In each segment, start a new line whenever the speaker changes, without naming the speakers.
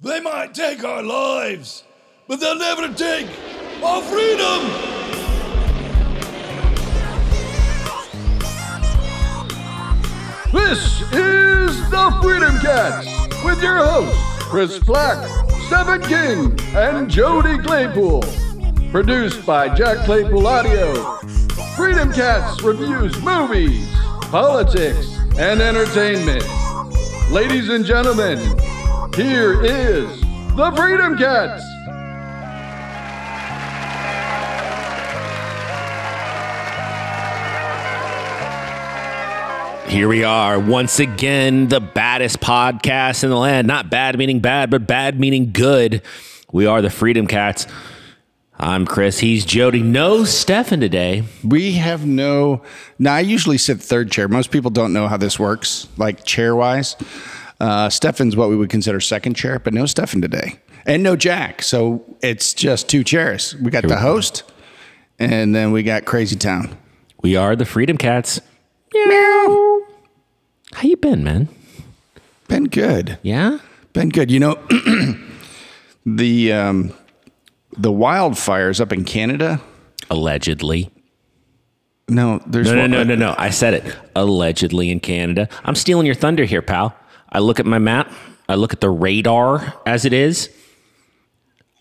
They might take our lives, but they'll never take our freedom!
This is the Freedom Cats with your hosts, Chris Black, Stephen King, and Jody Claypool. Produced by Jack Claypool Audio. Freedom Cats reviews movies, politics, and entertainment. Ladies and gentlemen, here is the Freedom Cats.
Here we are once again, the baddest podcast in the land. Not bad meaning bad, but bad meaning good. We are the Freedom Cats. I'm Chris. He's Jody. No Stefan today.
We have no. Now I usually sit third chair. Most people don't know how this works, like chair wise. Uh, Stefan's what we would consider second chair, but no Stefan today, and no Jack. So it's just two chairs. We got the host, and then we got Crazy Town.
We are the Freedom Cats. How you been, man?
Been good.
Yeah.
Been good. You know, the um, the wildfires up in Canada.
Allegedly.
No, there's
No, no,
one-
no, no, no. I said it. Allegedly in Canada. I'm stealing your thunder here, pal. I look at my map. I look at the radar as it is.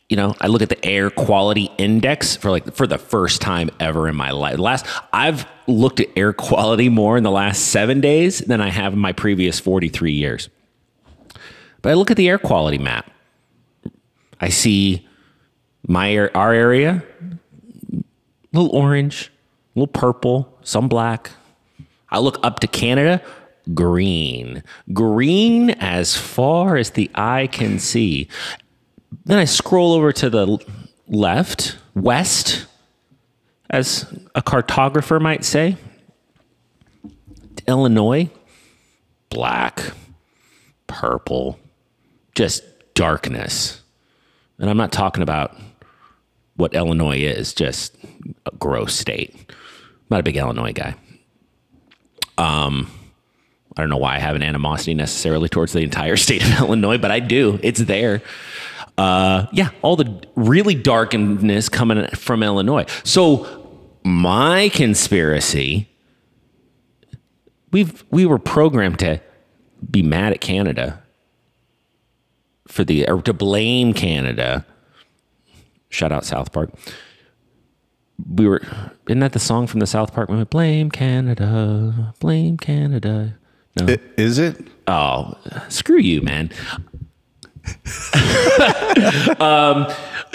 You know, I look at the air quality index for like for the first time ever in my life. Last I've looked at air quality more in the last 7 days than I have in my previous 43 years. But I look at the air quality map. I see my air, our area little orange, little purple, some black. I look up to Canada, green, green as far as the eye can see. Then I scroll over to the l- left, west, as a cartographer might say. Illinois, black, purple, just darkness. And I'm not talking about what Illinois is, just a gross state. I'm not a big Illinois guy. Um, I don't know why I have an animosity necessarily towards the entire state of Illinois, but I do. It's there. Uh, yeah, all the really darkness coming from Illinois. So my conspiracy, we've we were programmed to be mad at Canada for the or to blame Canada shout out South Park. We were isn't that the song from the South Park movie? Blame Canada, blame Canada.
I- Is it?
Oh, screw you, man. um,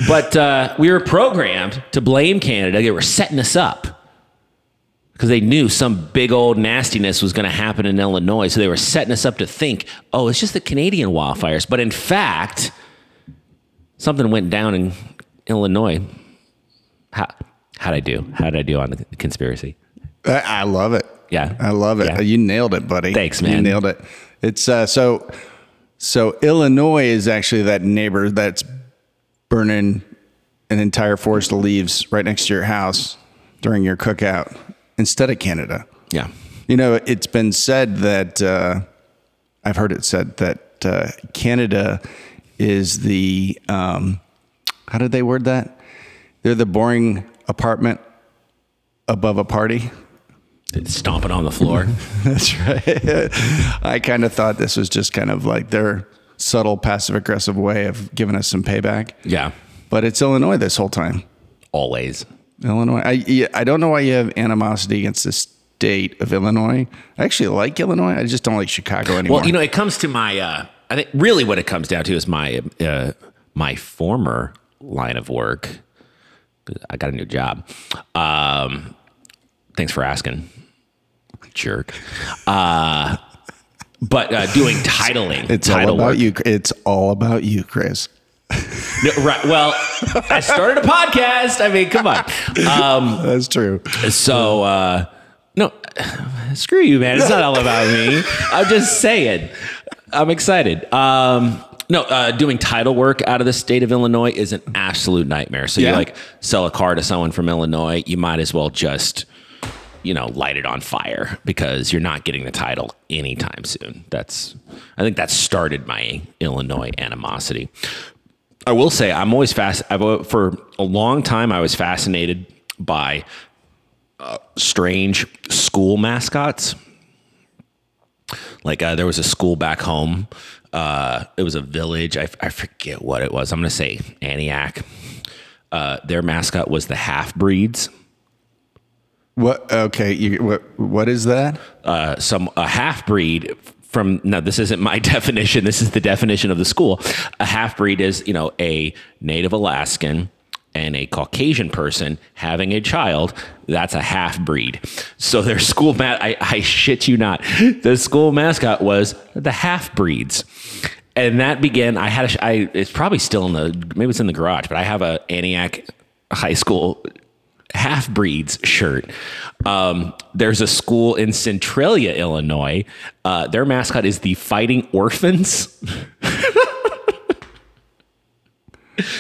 but uh, we were programmed to blame Canada. They were setting us up because they knew some big old nastiness was going to happen in Illinois. So they were setting us up to think, oh, it's just the Canadian wildfires. But in fact, something went down in Illinois. How, how'd I do? How'd I do on the conspiracy?
I, I love it.
Yeah.
I love it.
Yeah.
You nailed it, buddy.
Thanks,
You
man.
nailed it. It's uh, so so Illinois is actually that neighbor that's burning an entire forest of leaves right next to your house during your cookout instead of Canada.
Yeah.
You know, it's been said that uh, I've heard it said that uh, Canada is the um, how did they word that? They're the boring apartment above a party.
Stomping on the floor.
That's right. I kind of thought this was just kind of like their subtle passive aggressive way of giving us some payback.
yeah.
But it's Illinois this whole time.
Always.
Illinois. I yeah, I don't know why you have animosity against the state of Illinois. I actually like Illinois. I just don't like Chicago anymore.
Well, you know, it comes to my. Uh, I think really what it comes down to is my uh, my former line of work. I got a new job. Um, thanks for asking, jerk. Uh, but uh, doing titling,
it's all
title
about
work.
you. It's all about you, Chris.
No, right. Well, I started a podcast. I mean, come on.
That's true.
So uh, no, screw you, man. It's not all about me. I'm just saying. I'm excited. Um, no, uh, doing title work out of the state of Illinois is an absolute nightmare. So you
Yeah.
like sell a car to someone from Illinois, you might as well just you know, light it on fire because you're not getting the title anytime soon. That's, I think that started my Illinois animosity. I will say I'm always fast. I've al- for a long time I was fascinated by uh, strange school mascots. Like uh, there was a school back home. Uh, it was a village. I, f- I forget what it was. I'm going to say Antioch. Uh, their mascot was the half breeds.
What? Okay. You, what? What is that?
uh, some a half breed from no this isn't my definition this is the definition of the school a half breed is you know a native alaskan and a caucasian person having a child that's a half breed so their school ma- I, I shit you not the school mascot was the half breeds and that began i had a sh- I, it's probably still in the maybe it's in the garage but i have a antioch high school half breeds shirt. Um, there's a school in Centralia, Illinois. Uh, their mascot is the Fighting Orphans.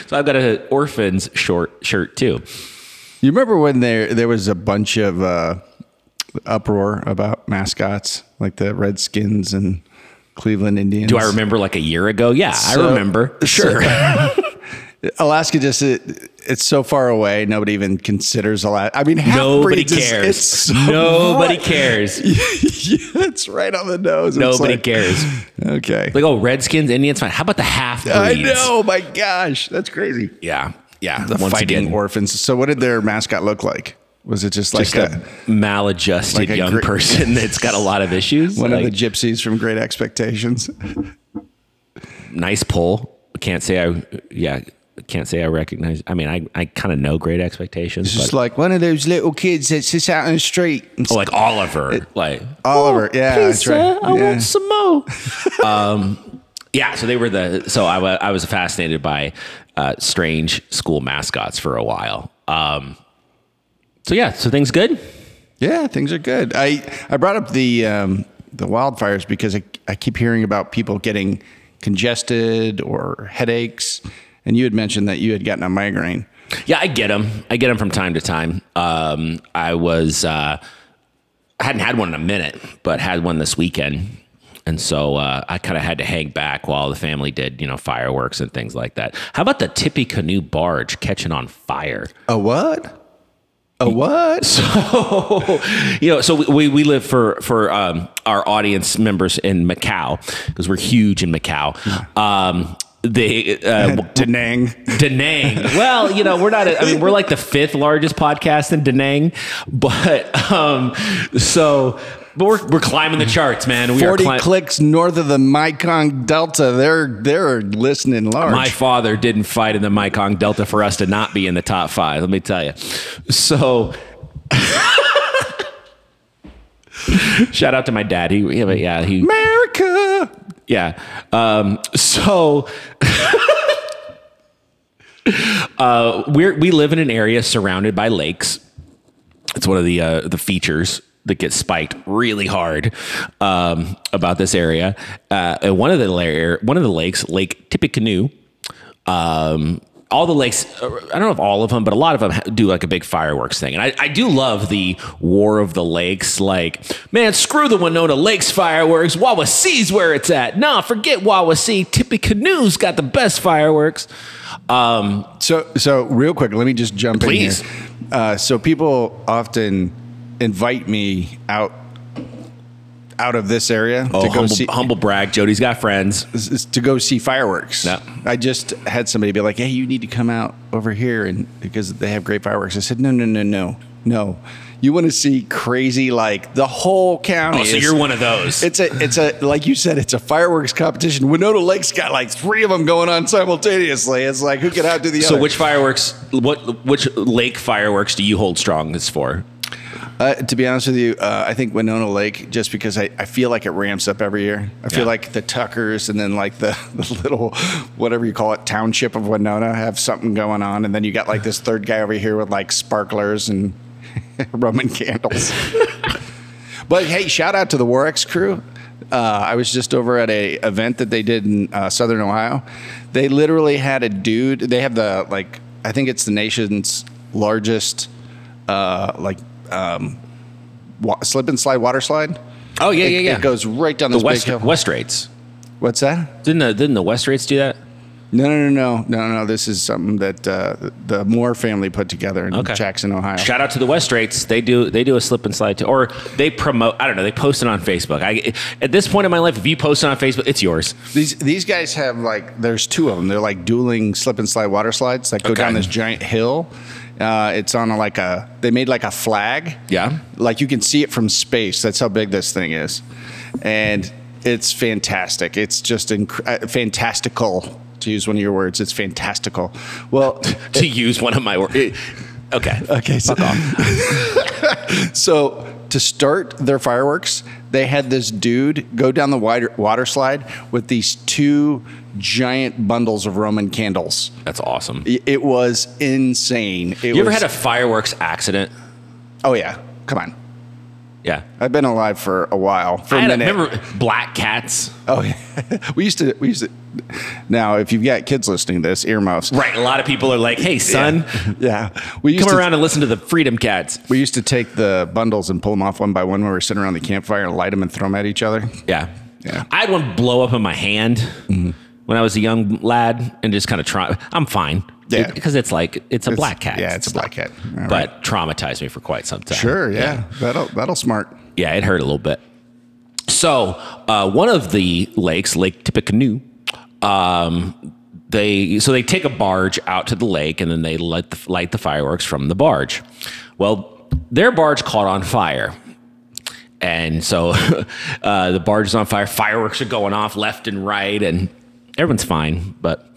so I've got an orphans short shirt too.
You remember when there there was a bunch of uh, uproar about mascots, like the Redskins and Cleveland Indians?
Do I remember like a year ago? Yeah, I
So-
remember.
Sure. Alaska just it, it's so far away. Nobody even considers Alaska. I mean, half
Nobody
breeds is-
cares.
it's so-
Nobody cares.
yeah, it's right on the nose. It's
Nobody
like-
cares.
Okay.
Like, oh, Redskins, Indians, fine. How about the half breeds?
I know. My gosh, that's crazy.
Yeah. Yeah.
The fighting orphans. So, what did their mascot look like? Was it just like
Just a
a,
maladjusted
like a
young
gri-
person that's got a lot of issues.
one of
Like-
the gypsies from Great Expectations?
nice pull. Can't say I yeah, can't say I recognize. I mean, I I kind of know Great Expectations,
Just
but
like one of those little kids that sits out on the street. "Oh,
Oh, like Oliver, like
Oliver, yeah, that's right.
I
Yeah.
want some more. um, yeah, so they were the so I wa- I was fascinated by uh, strange school mascots for a while. Um, so yeah, so things good.
Yeah, things are good. I I brought up the um, the wildfires because I, I keep hearing about people getting congested or headaches, and you had mentioned that you had gotten a migraine.
Yeah, I get them. I get them from time to time. Um, I was uh, I hadn't had one in a minute, but had one this weekend, and so uh, I kind of had to hang back while the family did, you know, fireworks and things like that. How about the Tippecanoe barge catching on fire?
A what? A what?
you know, so we- we, we live for for um, our audience members in Macau because we're huge in Macau. Um, they uh,
Da Nang.
Da Nang. Well, you know, we're not, I mean, we're like the fifth largest podcast in Da Nang, but, um, so, but we're, we're climbing the charts, man. We
Forty
are cli-
clicks north of the Mekong Delta. They're they're listening large.
My father didn't fight in the Mekong Delta for us to not be in the top five. Let me tell you. So, shout out to my dad. He, yeah, but yeah, he,
America.
yeah. Um, so uh, we're we live in an area surrounded by lakes. It's one of the uh, the features that gets spiked really hard um, about this area. Uh, and one of the la- one of the lakes, Lake Tippecanoe. Um, all the lakes, I don't know if all of them, but a lot of them ha- do like a big fireworks thing. And I, I do love the War of the Lakes. Like, man, screw the Winona Lakes fireworks. Wawasee's where it's at. Nah, forget Wawasee. Tippecanoe's got the best fireworks. Um,
So, so real quick, let me just jump
Please.
in here. Uh, so people often invite me out out of this area
oh,
to go
humble,
see
humble brag. Jody's got friends.
s- s- to go see fireworks.
Yeah.
I just had somebody be like, "Hey, you need to come out over here," and because they have great fireworks, I said, "No, no, no, no, no. You want to see crazy like the whole county."
Oh, so
is-
you're one of those.
It's a, it's a, like you said, it's a fireworks competition. Winona Lake's got like three of them going on simultaneously. It's like who can outdo the other?
so which fireworks, what, which lake fireworks do you hold strong this for?
Uh, to be honest with you, uh, I think Winona Lake, just because I, I feel like it ramps up every year. I feel
Yeah.
like the Tuckers and then like the, the little, whatever you call it, township of Winona have something going on. And then you got like this third guy over here with like sparklers and Roman candles. but hey, shout out to the Warx crew. Uh, I was just over at a event that they did in uh, Southern Ohio. They literally had a dude. They have the like, I think it's the nation's largest uh, like um, wa- slip and slide water slide.
Oh yeah,
It-
yeah, yeah.
It goes right down
the
this
West
big hill.
West rates.
What's that?
Didn't the didn't the West rates do that?
No, no, no, no, no, no. This is something that uh, the Moore family put together in
Okay.
Jackson, Ohio.
Shout out to the West rates. They do they do a slip and slide too, or they promote. I don't know. They post it on Facebook. I at this point in my life, if you post it on Facebook, it's yours.
These these guys have like there's two of them. They're like dueling slip and slide water slides that go
Okay.
down this giant hill. Uh, it's on a, like a they made like a flag.
Yeah.
like you can see it from space. That's how big this thing is, and it's fantastic. It's just inc- uh, fantastical to use one of your words. It's fantastical. Well,
To use one of my words. Okay.
Okay, so, so to start their fireworks, they had this dude go down the wider water slide with these two giant bundles of Roman candles.
That's awesome.
I- It was insane. It
You ever
was,
had a fireworks accident?
Oh yeah, come on.
Yeah.
I've been alive for a while. For
I
a
had a,
minute.
remember black cats?
oh, yeah. we used to. We used to. Now, if you've got kids listening to this, earmuffs.
Right. A lot of people are like, "Hey, son,
Yeah, we used
come
to,
around and listen to the Freedom Cats."
We used to take the bundles and pull them off one by one when we were sitting around the campfire and light them and throw them at each other.
Yeah.
Yeah. Mm-hmm.
I had one blow up in my hand when I was a young lad and just kind of try. I'm fine.
Yeah.
Because it's like, it's a
It's-
black cat.
yeah, it's a black cat. All
But traumatized me for quite some time.
Sure, yeah. That'll that'll smart.
Yeah, it hurt a little bit. So, uh, one of the lakes, Lake Tippecanoe, um, they so they take a barge out to the lake and then they light the, light the fireworks from the barge. Well, their barge caught on fire. And so uh, the barge is on fire. Fireworks are going off left and right, and everyone's fine. But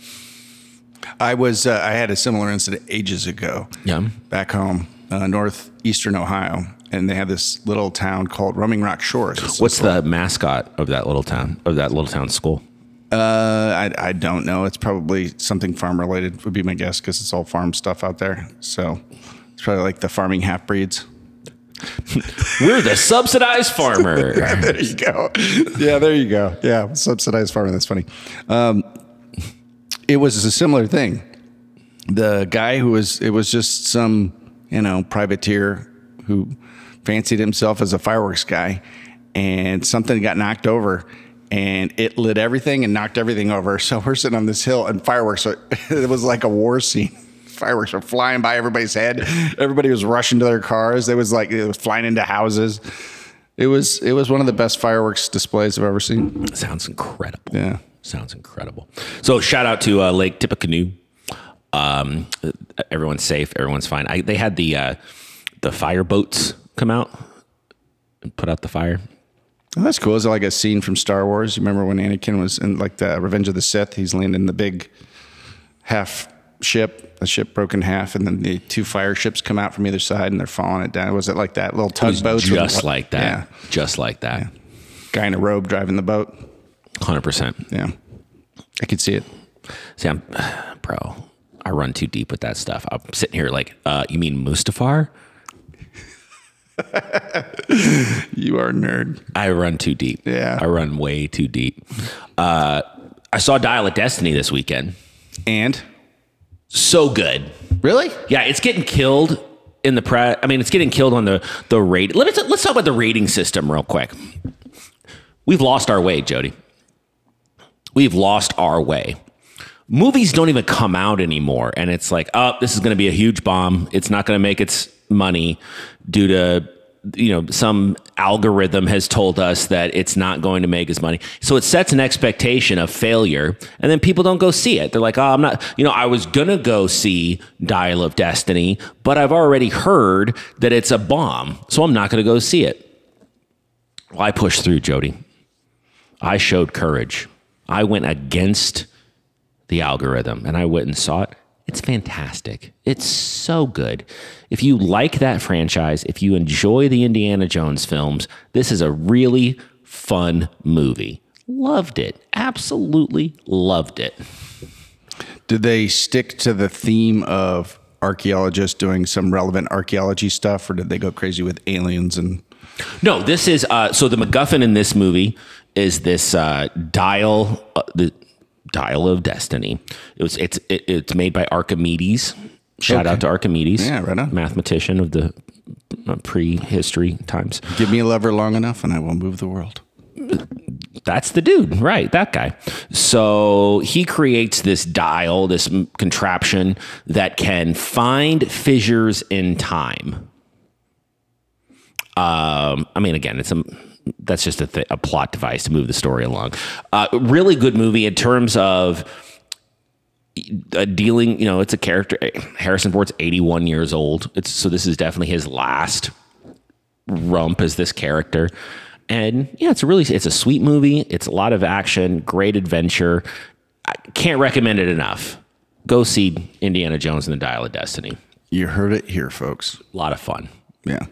I was uh, I had a similar incident ages ago.
Yeah.
Back home, uh, northeastern Ohio, and they had this little town called Rumming Rock Shores. It's-
what's the mascot of that little town, of that little town school?
Uh, I I don't know. It's probably something farm related would be my guess because it's all farm stuff out there. So it's probably like the farming half breeds.
We're the subsidized farmer.
There you go. Yeah, there you go. Yeah, subsidized farming. That's funny. Um, it was a similar thing. The guy who was, it was just some, you know, privateer who fancied himself as a fireworks guy, and something got knocked over. And it lit everything and knocked everything over. So we're sitting on this hill, and fireworks. Are, it was like a war scene. Fireworks were flying by everybody's head. Everybody was rushing to their cars. They was like it was flying into houses. It was it was one of the best fireworks displays I've ever seen.
Sounds incredible.
Yeah.
Sounds incredible. So shout out to uh, Lake Tippecanoe. Um, uh, everyone's safe. Everyone's fine. I, they had the uh, the fire boats come out and put out the fire.
Oh, that's cool. Is it like a scene from Star Wars? You remember when Anakin was in like the Revenge of the Sith? He's landing the big half ship, the ship broke in half, and then the two fire ships come out from either side and they're following it down. Was it like that little
It was
tugboat?
just like that.
Yeah.
Just like that.
Guy in a robe driving the boat.
Hundred percent.
Yeah. I could see it.
See, I'm, bro. I run too deep with that stuff. I'm sitting here like, uh, you mean Mustafar?
You are a nerd.
I run too deep.
Yeah.
I run way too deep. Uh, I saw Dial of Destiny this weekend.
And
So good.
really?
Yeah, it's getting killed in the press. I mean, it's getting killed on the the rate. Let's let's talk about the rating system real quick. We've lost our way, Jody. We've lost our way. Movies don't even come out anymore, and it's like, oh, this is going to be a huge bomb. It's not going to make its money due to you know some algorithm has told us that it's not going to make its money so it sets an expectation of failure and then people don't go see it they're like oh i'm not you know i was gonna go see dial of destiny but i've already heard that it's a bomb so i'm not gonna go see it well, I pushed through, Jody. I showed courage. I went against the algorithm and I went and saw it. It's fantastic. It's so good. If you like that franchise, if you enjoy the Indiana Jones films, this is a really fun movie. Loved it. Absolutely loved it.
Did they stick to the theme of archaeologists doing some relevant archaeology stuff, or did they go crazy with aliens and
No, this is uh, so the MacGuffin in this movie is this uh, dial, uh, the dial of destiny. It was it's it, it's made by Archimedes, Shout
Okay.
out to Archimedes,
Yeah, right on.
mathematician of the uh, prehistory times.
Give me a lever long enough and I will move the world.
that's the dude, right? That guy. So he creates this dial, this m- contraption that can find fissures in time. Um, I mean, again, it's a that's just a, th- a plot device to move the story along. Uh, really good movie in terms of uh, dealing. You know, it's a character. Harrison Ford's eighty-one years old. It's so this is definitely his last rump as this character and yeah it's a really it's a sweet movie it's a lot of action great adventure i can't recommend it enough go see indiana jones and the dial of destiny
You heard it here, folks.
a lot of fun
Yeah.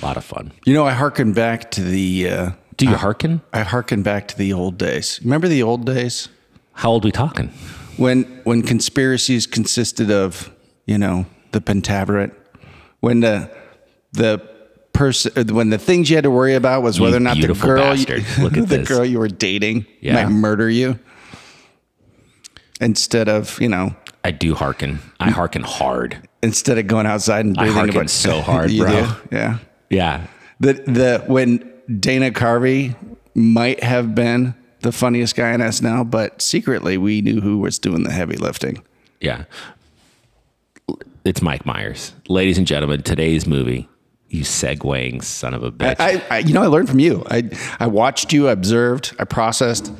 a lot of fun
You know, I hearken back to the. Uh,
do you hearken
I hearken back to the old days. Remember the old days
how old we talking
when when conspiracies consisted of you know the pentaveret, when the the person when the things you had to worry about was
You
whether or not the
beautiful
girl
bastard. Look at
the
this.
girl you were dating
Yeah.
might murder you instead of you know
i do hearken i hearken hard
instead of going outside and
I
breathing
hearken
about
so hard,
You
bro.
do? Yeah.
yeah
The the when Dana Carvey might have been the funniest guy in SNL, but secretly we knew who was doing the heavy lifting.
yeah it's mike myers ladies and gentlemen today's movie you segueing son of a bitch
I, I you know I learned from you. I I watched you, I observed, I processed.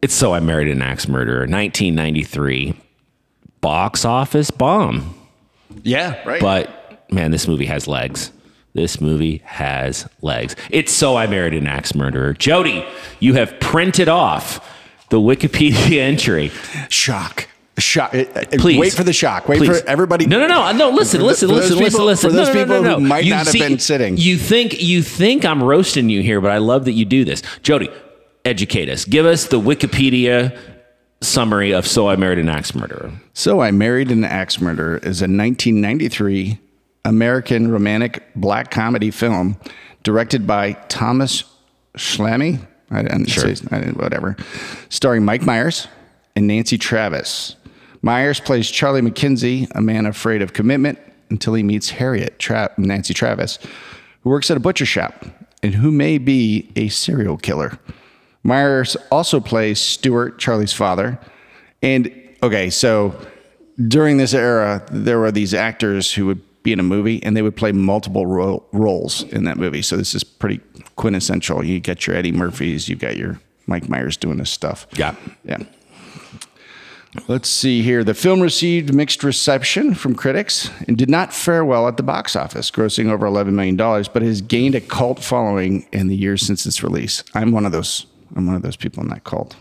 It's So I Married an Axe Murderer, 1993, box office bomb.
Yeah, right.
But man, this movie has legs. This movie has legs. It's So I Married an Axe Murderer. Jody, you have printed off the Wikipedia entry.
shock. Shock. Uh, uh,
Please
Wait for the shock. Wait
Please.
for everybody.
No, no, no, no. Listen,
For
listen,
th- for
listen,
those
listen,
people-
listen.
for
no,
those
no, no,
people
no,
who
no.
might not have been sitting.
You think you think I'm roasting you here, but I love that you do this, Jody. Educate us. Give us the Wikipedia summary of "So I Married an Axe Murderer."
So I Married an Axe Murderer is a 1993 American romantic black comedy film directed by Thomas Schlamme. I didn't
Sure.
say I didn't, whatever. Starring Mike Myers and Nancy Travis. Myers plays Charlie McKenzie, a man afraid of commitment, until he meets Harriet Tra- Nancy Travis, who works at a butcher shop and who may be a serial killer. Myers also plays Stuart, Charlie's father. And okay, so during this era, there were these actors who would be in a movie and they would play multiple ro- roles in that movie. So this is pretty quintessential. You get your Eddie Murphys, you got your Mike Myers doing this stuff.
Yeah.
Yeah. Let's see here. The film received mixed reception from critics and did not fare well at the box office, grossing over $11 million, but has gained a cult following in the years since its release. I'm one of those. I'm one of those people in that cult.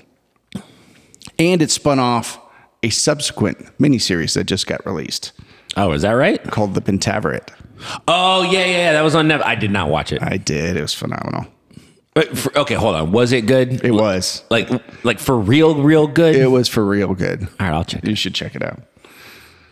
And it spun off a subsequent miniseries that just got released
Oh, is that right?
called The Pentaveret.
Oh yeah, yeah, yeah. That was on. Nev- I did not watch it.
I did. It was phenomenal.
Wait, for- okay, hold on. Was it good?
It was.
like, like for real, real good.
It was for real good.
All right, I'll check. it.
You should check it out.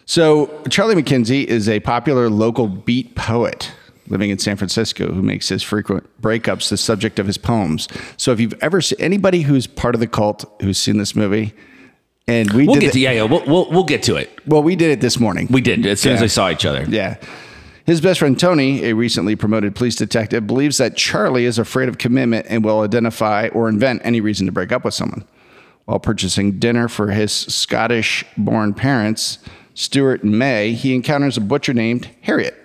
So, Charlie McKenzie is a popular local beat poet living in San Francisco who makes his frequent breakups the subject of his poems. So, if you've ever seen anybody who's part of the cult who's seen this movie, and we
We'll
did
get
it,
to yeah, yeah. We'll, we'll we'll get to it.
well, we did it this morning.
We did as soon as
Yeah.
we saw each other.
Yeah. His best friend Tony, a recently promoted police detective, believes that Charlie is afraid of commitment and will identify or invent any reason to break up with someone. While purchasing dinner for his Scottish born parents, Stuart and May, he encounters a butcher named Harriet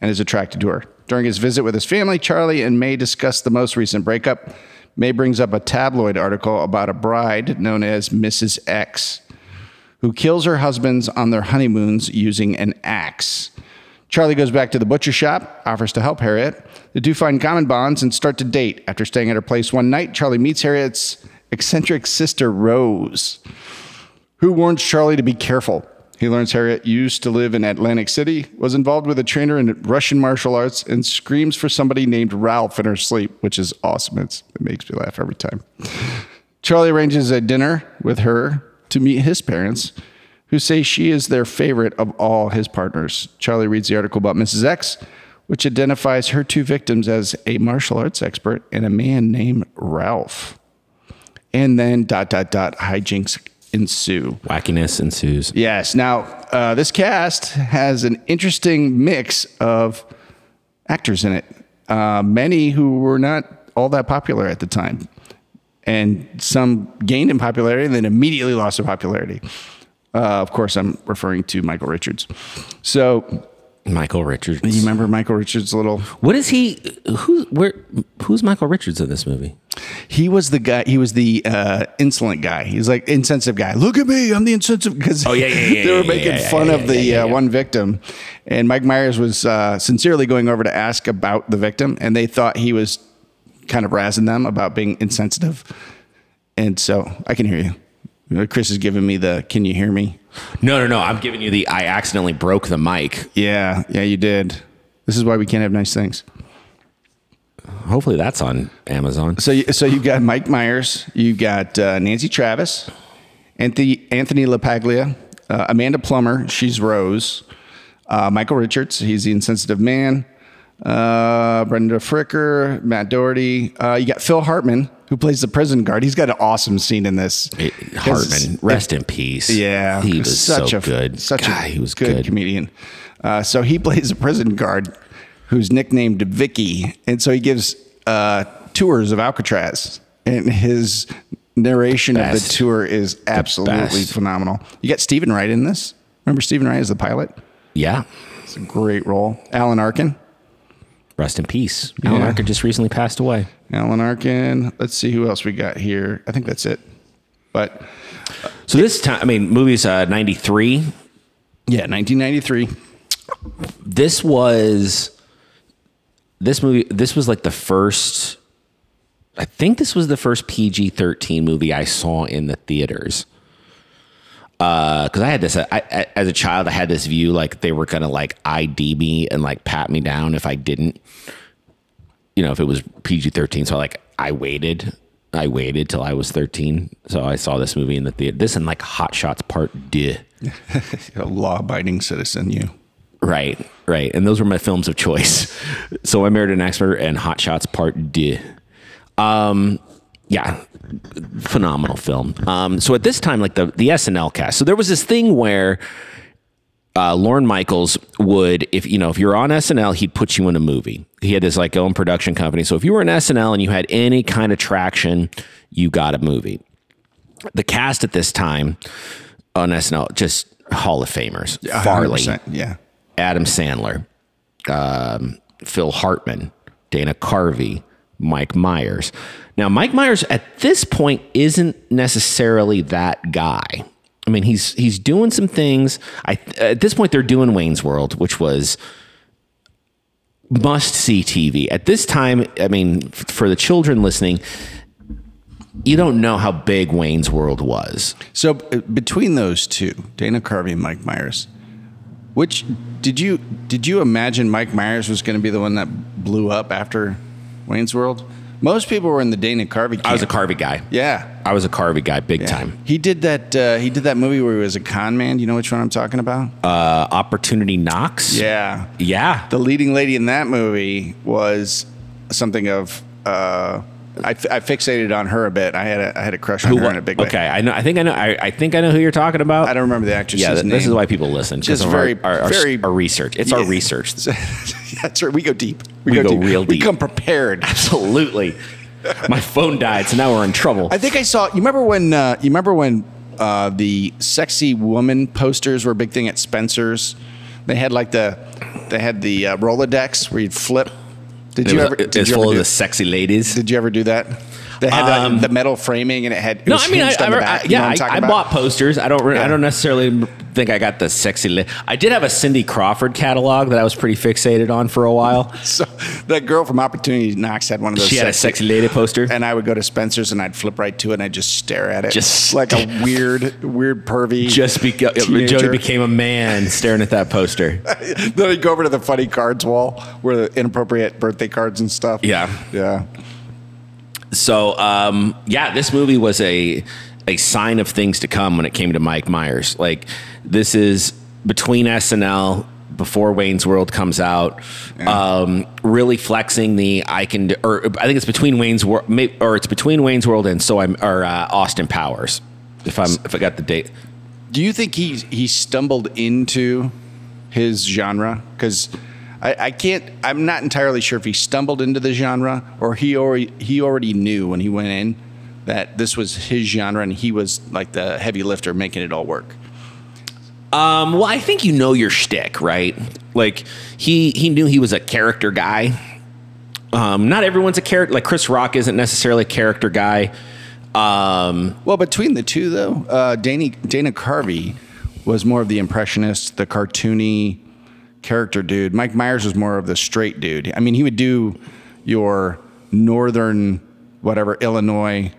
and is attracted to her. During his visit with his family, Charlie and May discuss the most recent breakup. May brings up a tabloid article about a bride known as Mrs. X who kills her husbands on their honeymoons using an axe. Charlie goes back to the butcher shop, offers to help Harriet. The two find common bonds and start to date. After staying at her place one night, Charlie meets Harriet's eccentric sister, Rose, who warns Charlie to be careful. He learns Harriet used to live in Atlantic City, was involved with a trainer in Russian martial arts, and screams for somebody named Ralph in her sleep, which is awesome. It's, it makes me laugh every time. Charlie arranges a dinner with her to meet his parents, who say she is their favorite of all his partners. Charlie reads the article about Mrs. X, which identifies her two victims as a martial arts expert and a man named Ralph. And then dot dot dot hijinks ensue.
Wackiness ensues.
Yes. Now, uh, this cast has an interesting mix of actors in it, uh, many who were not all that popular at the time. And some gained in popularity and then immediately lost their popularity. Uh, of course, I'm referring to Michael Richards. So,
Michael Richards.
you remember Michael Richards' little
What is he? Who? Where? Who's Michael Richards in this movie?
He was the guy. He was the uh, insolent guy. He was like insensitive guy. Look at me, I'm the insensitive. Because
Oh, yeah, yeah, yeah,
they
yeah,
were
yeah,
making
yeah,
fun
yeah,
of the
yeah, yeah,
uh,
yeah.
one victim, and Mike Myers was uh, sincerely going over to ask about the victim, and they thought he was kind of razzing them about being insensitive. And so I can hear you. Chris is giving me the "Can you hear me?"
No, no, no. I'm giving you the. I accidentally broke the mic.
Yeah, yeah, you did. This is why we can't have nice things.
Hopefully that's on Amazon.
So, you- so you've got Mike Myers, you've got uh, Nancy Travis, Anthony Anthony LaPaglia, uh, Amanda Plummer, she's Rose, uh, Michael Richards, he's the insensitive man, uh, Brenda Fricker, Matt Doherty. Uh, you got Phil Hartman, who plays the prison guard. He's got an awesome scene in this.
It- Hartman, rest in peace.
Yeah,
he was so
a,
good.
Such
God,
a
he was
good,
good.
comedian. Uh, so he plays a prison guard who's nicknamed Vicky, and so he gives uh, tours of Alcatraz, and his narration of the
Best.
tour is absolutely
best.
phenomenal. You got Stephen Wright in this. Remember Stephen Wright as the pilot?
Yeah,
It's a great role. Alan Arkin.
rest in peace. Alan
Yeah.
Arkin just recently passed away.
Alan Arkin. Let's see who else we got here. I think that's it. But
So this time, I mean, movie's uh, 93.
yeah, 1993.
This was this movie. This was like the first. I think this was the first PG 13 movie I saw in the theaters. because I had this I, I- as a child. I had this view like they were gonna like ID me and like pat me down if I didn't. You know, if it was PG thirteen, so like I waited. I waited till I was thirteen, so I saw this movie in the theater. This and like Hot Shots Part Deux.
A law-abiding citizen, you.
Right, right. And those were my films of choice. So I married an expert and Hot Shots Part D. Um, yeah, phenomenal film. Um, so at this time, like the the SNL cast, so there was this thing where uh, Lauren Michaels would, if you know, if you're on SNL, he'd put you in a movie. He had this like own production company. So if you were in SNL and you had any kind of traction, you got a movie. The cast at this time on SNL just Hall of Famers. Farley,
100%, Yeah.
Adam Sandler, um, Phil Hartman, Dana Carvey, Mike Myers. Now, Mike Myers at this point isn't necessarily that guy. I mean, he's he's doing some things. I at this point they're doing Wayne's World, which was must see TV at this time. I mean, f- for the children listening, you don't know how big Wayne's World was.
So uh, between those two, Dana Carvey and Mike Myers, which did you did you imagine Mike Myers was going to be the one that blew up after Wayne's World? Most people were in the Dana Carvey. Camp.
I was a Carvey guy.
yeah.
I was a Carvey guy, big time.
He did that. Uh, he did that movie where he was a con man. You know which one I'm talking about?
Uh, Opportunity Knocks.
yeah.
Yeah.
The leading lady in that movie was something of. Uh, I, f- I fixated on her a bit. I had a, I had a crush on her
Who-
in a big way.
okay, I know. I think I know. I, I think I know who you're talking about.
I don't remember the actress's
Yeah, th-
name.
this is why people listen. 'cause
Just
of
very-
our, our, our,
very-
our research. It's our
Yeah.
research.
That's right. We go deep.
We go real
We
deep.
come prepared.
Absolutely. My phone died, so now we're in trouble.
I think I saw. You remember when? Uh, you remember when uh, the sexy woman posters were a big thing at Spencer's? They had like the, they had the uh, Rolodex where you'd flip. Did
It
you
was-
ever?
it-
Did
it's
you
full
ever,
of
do,
the sexy ladies.
did you ever do that? They had uh,
Um,
the metal framing and it had. It
No,
was
I mean, I,
hinged
I,
on the
re-
back.
I-
You know
yeah,
what I'm
I,
talking
I
about?
bought posters. I don't, re-
Yeah.
I don't necessarily think I got the sexy. Li- I did have a Cindy Crawford catalog that I was pretty fixated on for a while.
So that girl from Opportunity Knox had one of those.
She had a sexy lady poster.
and I would go to Spencer's and I'd flip right to it and I'd just stare at it.
Just-
like a weird, weird pervy.
Just because Jody
teenager.
became a man staring at that poster.
then I'd go over to the funny cards wall where the inappropriate birthday cards and stuff.
Yeah.
Yeah.
So um, yeah, this movie was a a sign of things to come when it came to Mike Myers. Like this is between SNL before Wayne's World comes out, um, really flexing the I can or I think it's between Wayne's World or it's between Wayne's World and so I'm or uh, Austin Powers. If I'm if I got the date,
Do you think he he stumbled into his genre? Because I, I can't. I'm not entirely sure if he stumbled into the genre or he already he already knew when he went in that this was his genre and he was like the heavy lifter making it all work.
Um, well, I think you know your shtick, right? Like he he knew he was a character guy. Um, not everyone's a character. Like Chris Rock isn't necessarily a character guy. Um,
Well, between the two though, uh, Dana Dana Carvey was more of the impressionist, the cartoony character dude. Mike Myers was more of the straight dude. I mean, he would do your northern whatever Illinois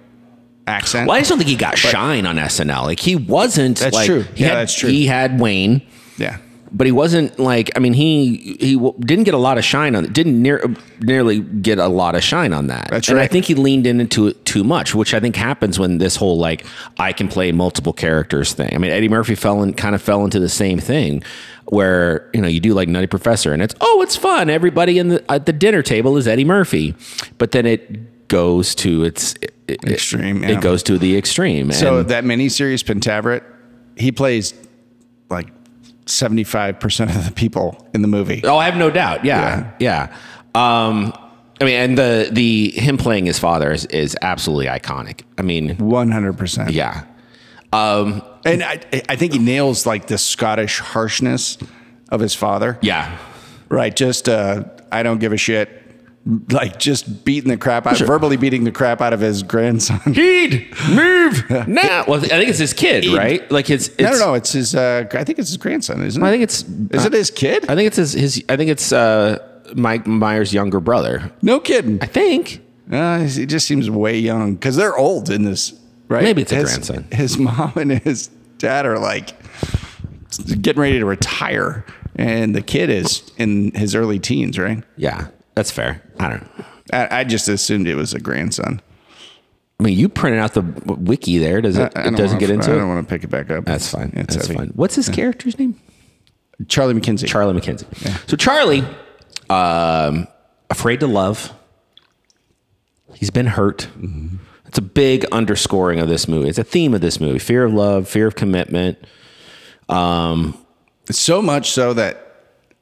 accent.
well, I just don't think he got shine on SNL. Like he wasn't.
That's
like,
true.
He
Yeah,
had,
that's true.
He had Wayne.
Yeah.
but he wasn't like I mean he he w- didn't get a lot of shine on didn't near, nearly get a lot of shine on that.
That's
and I
right.
think he leaned into it too much, which I think happens when this whole like I can play multiple characters thing. I mean Eddie Murphy fell in kind of fell into the same thing where you know you do like Nutty Professor and it's oh it's fun everybody in the at the dinner table is Eddie Murphy, but then it goes to its it- it-
Extreme,
It,
yeah.
goes to the extreme.
So
and-
that miniseries Pentaveret, he plays like seventy five percent of the people in the movie.
Oh, I have no doubt. Yeah, yeah. Um, I mean, and the the him playing his father is, is absolutely iconic. I mean,
One hundred percent.
yeah. Um,
and I, I think he nails like the Scottish harshness of his father.
yeah.
Right. Just uh, I don't give a shit. Like just beating the crap out, verbally beating the crap out of his grandson.
Heed, move now. Well, I think it's his kid, right? Like it's, it's
no, no, no. It's his. Uh, I think it's his grandson, isn't it?
I think it's
Is it his kid?
I think it's his, his I think it's uh, Mike Myers' younger brother.
no kidding.
I think.
Uh, he just seems way young because they're old in this, right?
Maybe it's a
his,
grandson.
His mom and his dad are like getting ready to retire, and the kid is in his early teens, right?
Yeah, that's fair. I don't. know.
I, I just assumed it was a grandson.
I mean, you printed out the w- wiki there. Does it?
I- I don't
it doesn't
wanna-
get into
I
it.
don't want to pick it back up.
That's fine.
It's
that's
heavy.
fine. What's his character's name?
Charlie McKenzie.
Charlie McKenzie. So Charlie, um, afraid to love. He's been hurt. It's a big underscoring of this movie. It's a theme of this movie: fear of love, fear of commitment.
so much so that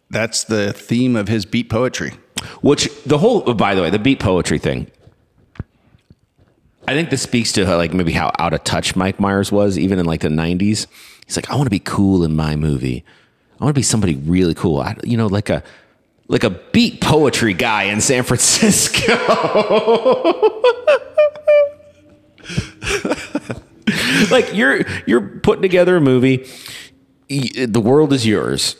that's the theme of his beat poetry.
Which the whole, oh, by the way, the beat poetry thing. I think this speaks to how, like maybe how out of touch Mike Myers was, even in like the '90s. He's like, I want to be cool in my movie. I want to be somebody really cool. I, you know, like a like a beat poetry guy in San Francisco. like you're you're putting together a movie y- the world is yours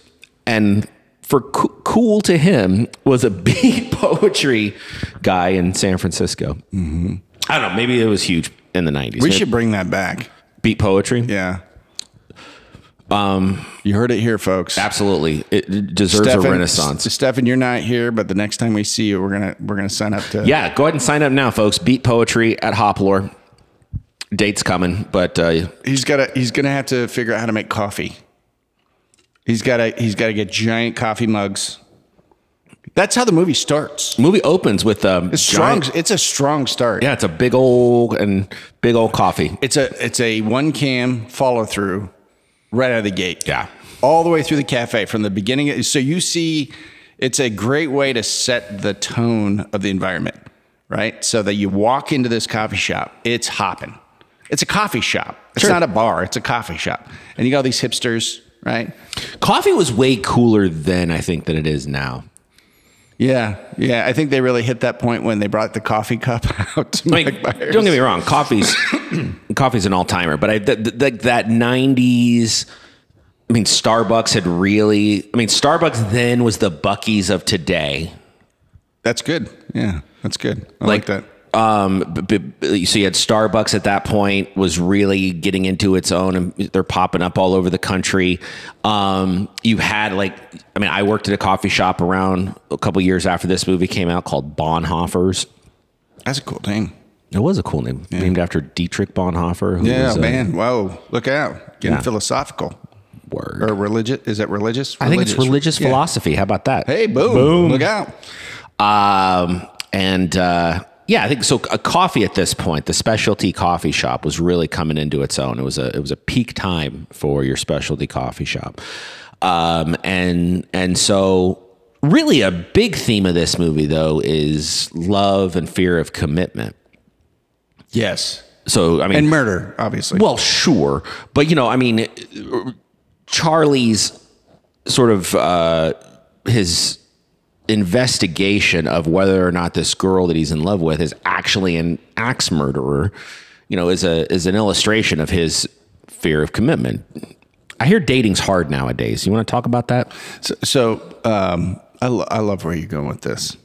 and for coo- cool to him was a beat poetry guy in san francisco i don't know maybe it was huge in the 90s
Mm-hmm. We
Maybe
should bring that back.
beat poetry
Yeah. Um, you heard it here, folks.
absolutely it it deserves a renaissance
S- Stefan, you're not here, but the next time we see you, we're gonna we're gonna sign up to.
yeah go ahead and sign up now folks beat poetry at hoplore dates coming but uh,
he's gotta he's gonna have to figure out how to make coffee. He's gotta he's gotta get giant coffee mugs. That's how the movie starts.
movie opens with um,
It's strong. It's a strong start.
yeah it's a big old and big old coffee
It's a it's a one cam follow through right out of the gate.
Yeah.
All the way through the cafe from the beginning. So you see it's a great way to set the tone of the environment, right? So that you walk into this coffee shop, it's hopping. It's a coffee shop. It's
Sure.
not a bar, it's a coffee shop. And you got all these hipsters, right?
coffee was way cooler then i think than it is now
Yeah. Yeah. I think they really hit that point when they brought the coffee cup out to
I mean,
Mike Myers.
don't get me wrong, coffee's coffee's an all timer, but I th- th- th- that '90s. I mean, Starbucks had really. I mean, Starbucks then was the Bucky's of today.
That's good. Yeah. That's good. I like, that.
Um, b- b- so you had Starbucks at that point was really getting into its own, and they're popping up all over the country. Um, you had like, I mean, I worked at a coffee shop around a couple years after this movie came out called Bonhoeffers.
That's a cool thing.
It was a cool name, named after Dietrich Bonhoeffer. Who
Yeah,
was a-
man. Whoa, look out. Getting
Yeah.
philosophical
Word.
or religious. Is that religious?
I think it's religious
Yeah.
philosophy. How about that?
Hey, boom.
Boom.
Look out.
Um, and uh, yeah, I think so. A coffee at this point, the specialty coffee shop was really coming into its own. It was a it was a peak time for your specialty coffee shop, um, and and so really a big theme of this movie though is love and fear of commitment.
Yes.
So I mean,
And murder, obviously.
well, sure, but you know, I mean, Charlie's sort of uh, his investigation of whether or not this girl that he's in love with is actually an axe murderer, you know, is a is an illustration of his fear of commitment. I hear dating's hard nowadays. You want to talk about that?
So, so um, I, lo- I love where you're going with this.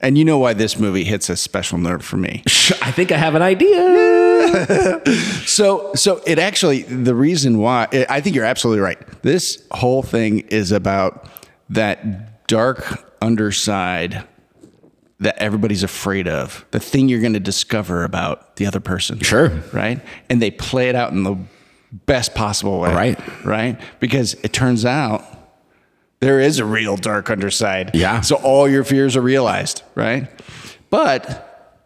And you know why this movie hits a special nerve for me.
I think I have an idea.
So, so it actually the reason why I think you're absolutely right. This whole thing is about that dark underside that everybody's afraid of. The thing you're going to discover about the other person.
Sure.
Right? And they play it out in the best possible way.
Right.
Right? Because it turns out there is a real dark underside.
Yeah.
So all your fears are realized, right? But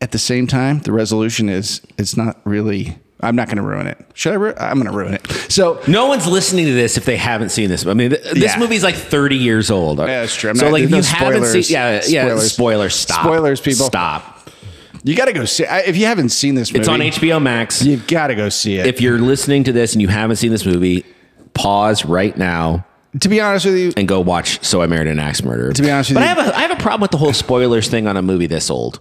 at the same time, the resolution is it's not really. I'm not going to ruin it. Should I? Ru- I'm going to ruin it. So
No one's listening to this if they haven't seen this. I mean, th- this
Yeah.
movie's like 30 years old. Yeah,
that's true. I'm
so,
not-
like, if you
there's no
haven't seen,
spoilers.
yeah, yeah,
Spoilers.
spoilers. Stop.
Spoilers, people.
Stop.
you got to go see. I- If you haven't seen this, movie,
It's on HBO Max.
You've got to go see it.
If you're listening to this and you haven't seen this movie, pause right now
to be honest with you,
and go watch "So I Married an Axe Murderer." To
be honest with
but
you-
I have a I have a problem with the whole spoilers thing on a movie this old.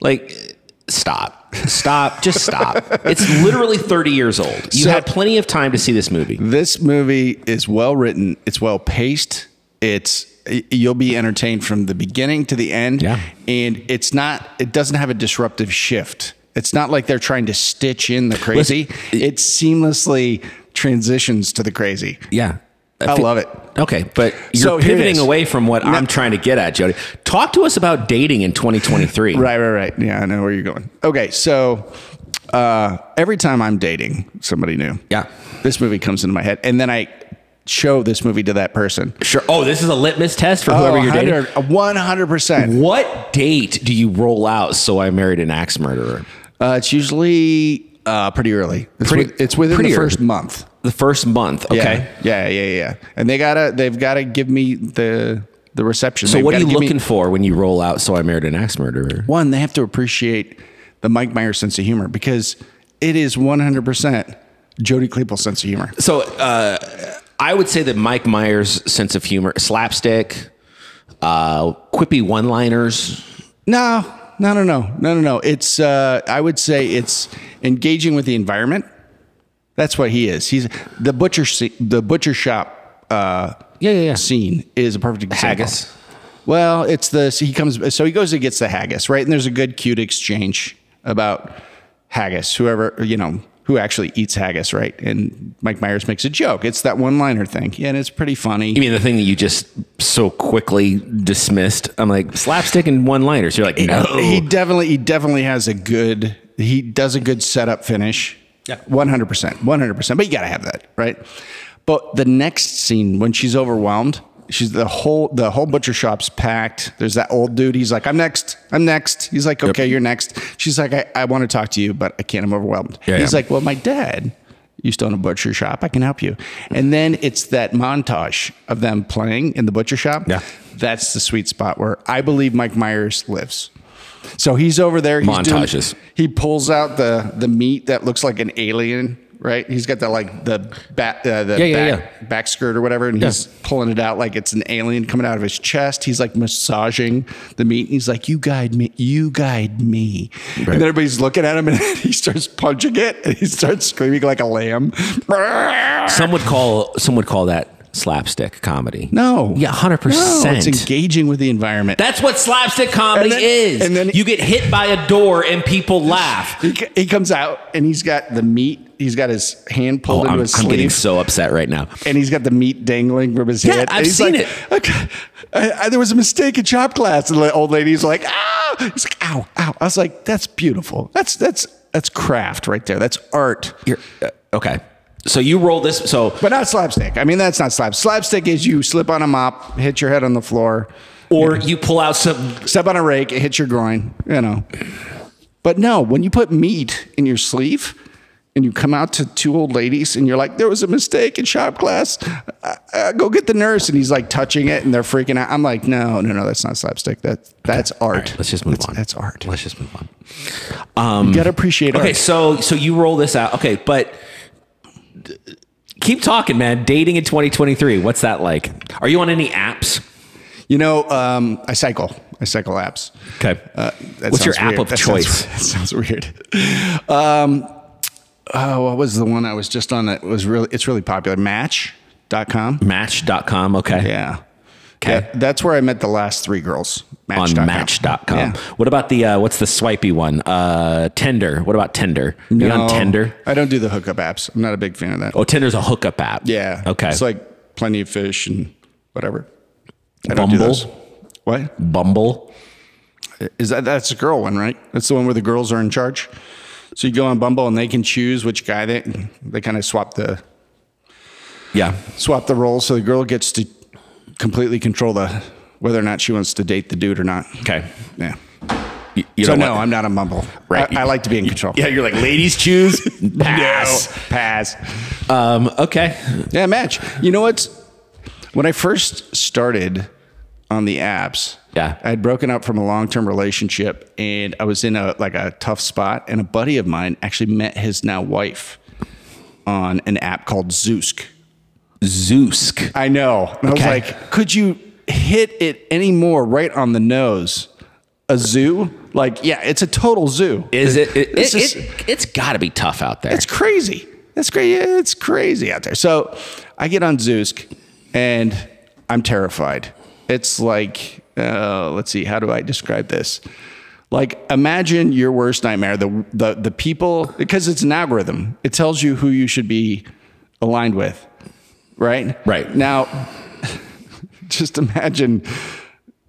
Like, stop, stop, just stop. It's literally 30 years old. You
So-
had plenty of time to see this movie.
this movie is well written. It's well paced. It's y- you'll be entertained from the beginning to the end.
Yeah.
And it's not. It doesn't have a disruptive shift. It's not like they're trying to stitch in the crazy. it seamlessly transitions to the crazy.
Yeah.
I love it.
Okay, but you're
So here it
pivoting
is.
away from what I'm trying to get at, Jody. Talk to us about dating in 2023.
Right, right, right. Yeah, I know where you're going. Okay, so uh, every time I'm dating somebody new,
Yeah.
this movie comes into my head, and then I show this movie to that person.
Sure. Oh, this is a litmus test for whoever you're dating.
one hundred percent.
What date do you roll out? So I married an axe murderer.
Uh, It's usually uh, pretty early. It's,
Pretty-
with- it's within
pretty
the
early.
first month.
The first month. Okay.
Yeah, yeah, yeah, yeah. And they gotta, they've gotta give me the the reception.
So
They've
what are
gotta
you
give me-
looking for when you roll out? So I married an axe murderer.
One, they have to appreciate the Mike Myers sense of humor because it is one hundred percent Jody Cleeple's sense of humor.
So uh, I would say that Mike Myers' sense of humor, slapstick, uh, quippy one-liners.
No, no, no, no, no, no, no. It's uh, I would say it's engaging with the environment. That's what he is. He's the butcher. sce- The butcher shop uh,
Yeah, yeah, yeah.
scene is a perfect example.
Haggis.
Well, it's the so he comes so he goes and gets the haggis right, and there's a good cute exchange about haggis. Whoever you know who actually eats haggis, right? And Mike Myers makes a joke. It's that one liner thing, and it's pretty funny.
You mean the thing that you just so quickly dismissed? I'm like slapstick and one-liners. You're like, no.
He definitely he definitely has a good he does a good setup finish.
Yeah.
100%. 100%. But you got to have that, right? But the next scene when she's overwhelmed, she's the whole the whole butcher shop's packed. There's that old dude, he's like, "I'm next. I'm next." He's like, "Okay, you're next." She's like, "I, I want to talk to you, but I can't. I'm overwhelmed."
Yeah,
he's
yeah.
like, "Well, my dad used to own a butcher shop. I can help you." And then it's that montage of them playing in the butcher shop.
Yeah.
That's the sweet spot where I believe Mike Myers lives. So he's over there. He's doing-
Montages.
he pulls out the the meat that looks like an alien, right? He's got that like the back uh, the
Yeah, yeah,
back, back skirt or whatever, and he's pulling it out like it's an alien coming out of his chest. He's like massaging the meat, and he's like, "You guide me, you guide me." And then everybody's looking at him, and he starts punching it, and he starts screaming like a lamb.
Some would call some would call that slapstick comedy.
No,
Yeah, 100%.
No, it's engaging with the environment.
That's what slapstick comedy
And then-
is.
and then-
you get hit by a door and people laugh.
He, he comes out and he's got the meat. He's got his hand pulled
Oh,
into
I'm,
his
I'm getting
sleeve.
so upset right now.
and he's got the meat dangling from his
Yeah,
head.
I've
and he's
seen
like,
it.
Okay, I, I, there was a mistake in shop class, and the old lady's like, "Ah!" He's like, "Ow, ow!" I was like, "That's beautiful. That's that's that's craft right there. That's art."
You're, uh, okay. So you roll this. So
But not slapstick. I mean, that's not slap. Slapstick is you slip on a mop, hit your head on the floor.
Or you pull out some
Step on a rake, it hits your groin, you know. But no, when you put meat in your sleeve and you come out to two old ladies and you're like, there was a mistake in shop class, uh, uh, go get the nurse. And he's like touching it and they're freaking out. I'm like, no, no, no, that's not slapstick. That, that's art.
right, let's just move
That's-
on.
That's art.
Let's just move on.
you got to appreciate
Okay,
art.
so so you roll this out. Okay, but d- keep talking, man. Dating in 2023. What's that like? Are you on any apps?
You know, um, I cycle. I cycle apps.
Okay.
Uh, that
What's your
sounds
app of
That sounds-
choice?
that sounds weird. Um, oh, what was the one I was just on that was really, it's really popular? Match.com.
Match.com. Okay.
Yeah.
Mm-hmm. Okay.
That- that's where I met the last three girls.
On Match.com.
Yeah.
What about the uh, what's the swipey one? Uh, Tinder. What about Tinder? Are you
No,
on Tinder?
I don't do the hookup apps. I'm not a big fan of that.
Oh, Tinder's a hookup app.
yeah.
Okay.
It's like plenty of fish and whatever. I don't do
Bumble.
those. What
Bumble.
is that? That's the girl one, right? That's the one where the girls are in charge. So you go on Bumble and they can choose which guy they they kind of swap the
Yeah.
swap the roles. So the girl gets to completely control the whether or not she wants to date the dude or not.
Okay.
Yeah.
You, you
So
don't
no,
want-
I'm not on Bumble.
Right.
I, I like to be in control.
Yeah, you're like ladies choose. Pass.
pass.
Um, okay.
Yeah, match. You know what? When I first started on the apps,
Yeah.
I had broken up from a long-term relationship, and I was in a like a tough spot. And a buddy of mine actually met his now wife on an app called Zeusk.
Zeusk.
I know. And
Okay.
I was like, could you hit it any more right on the nose? A zoo? Like, yeah, it's a total zoo.
Is it? it,
It's
it,
just-
it it's got to be tough out there.
It's crazy. That's crazy. It's crazy out there. So I get on Zeusk and I'm terrified. It's like, uh, let's see, how do I describe this? Like, imagine your worst nightmare. The, the, the people, because it's an algorithm, it tells you who you should be aligned with, right?
Right.
Now, just imagine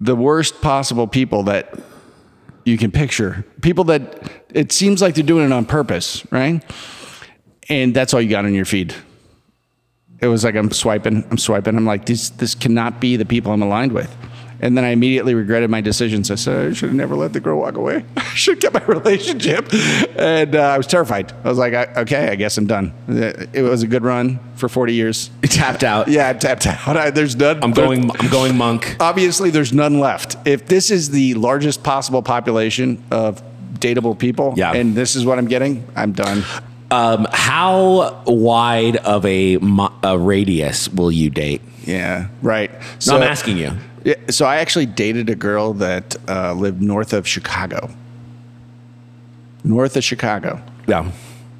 the worst possible people that you can picture. People that it seems like they're doing it on purpose, right? And that's all you got on your feed. It was like I'm swiping, I'm swiping. I'm like, this this cannot be the people I'm aligned with. And then I immediately regretted my decisions. I said, I should have never let the girl walk away. I should have kept my relationship. And uh, I was terrified. I was like, I, okay, I guess I'm done. It was a good run for 40 years.
tapped out.
Yeah, I'm tapped out. I, there's none.
I'm going. I'm going monk.
Obviously, there's none left. If this is the largest possible population of dateable people,
Yeah.
and this is what I'm getting, I'm done.
Um, how wide of a, mo- a radius will you date?
Yeah, right.
No, I'm asking you.
Yeah, so I actually dated a girl that uh, lived north of Chicago. North of Chicago.
Yeah,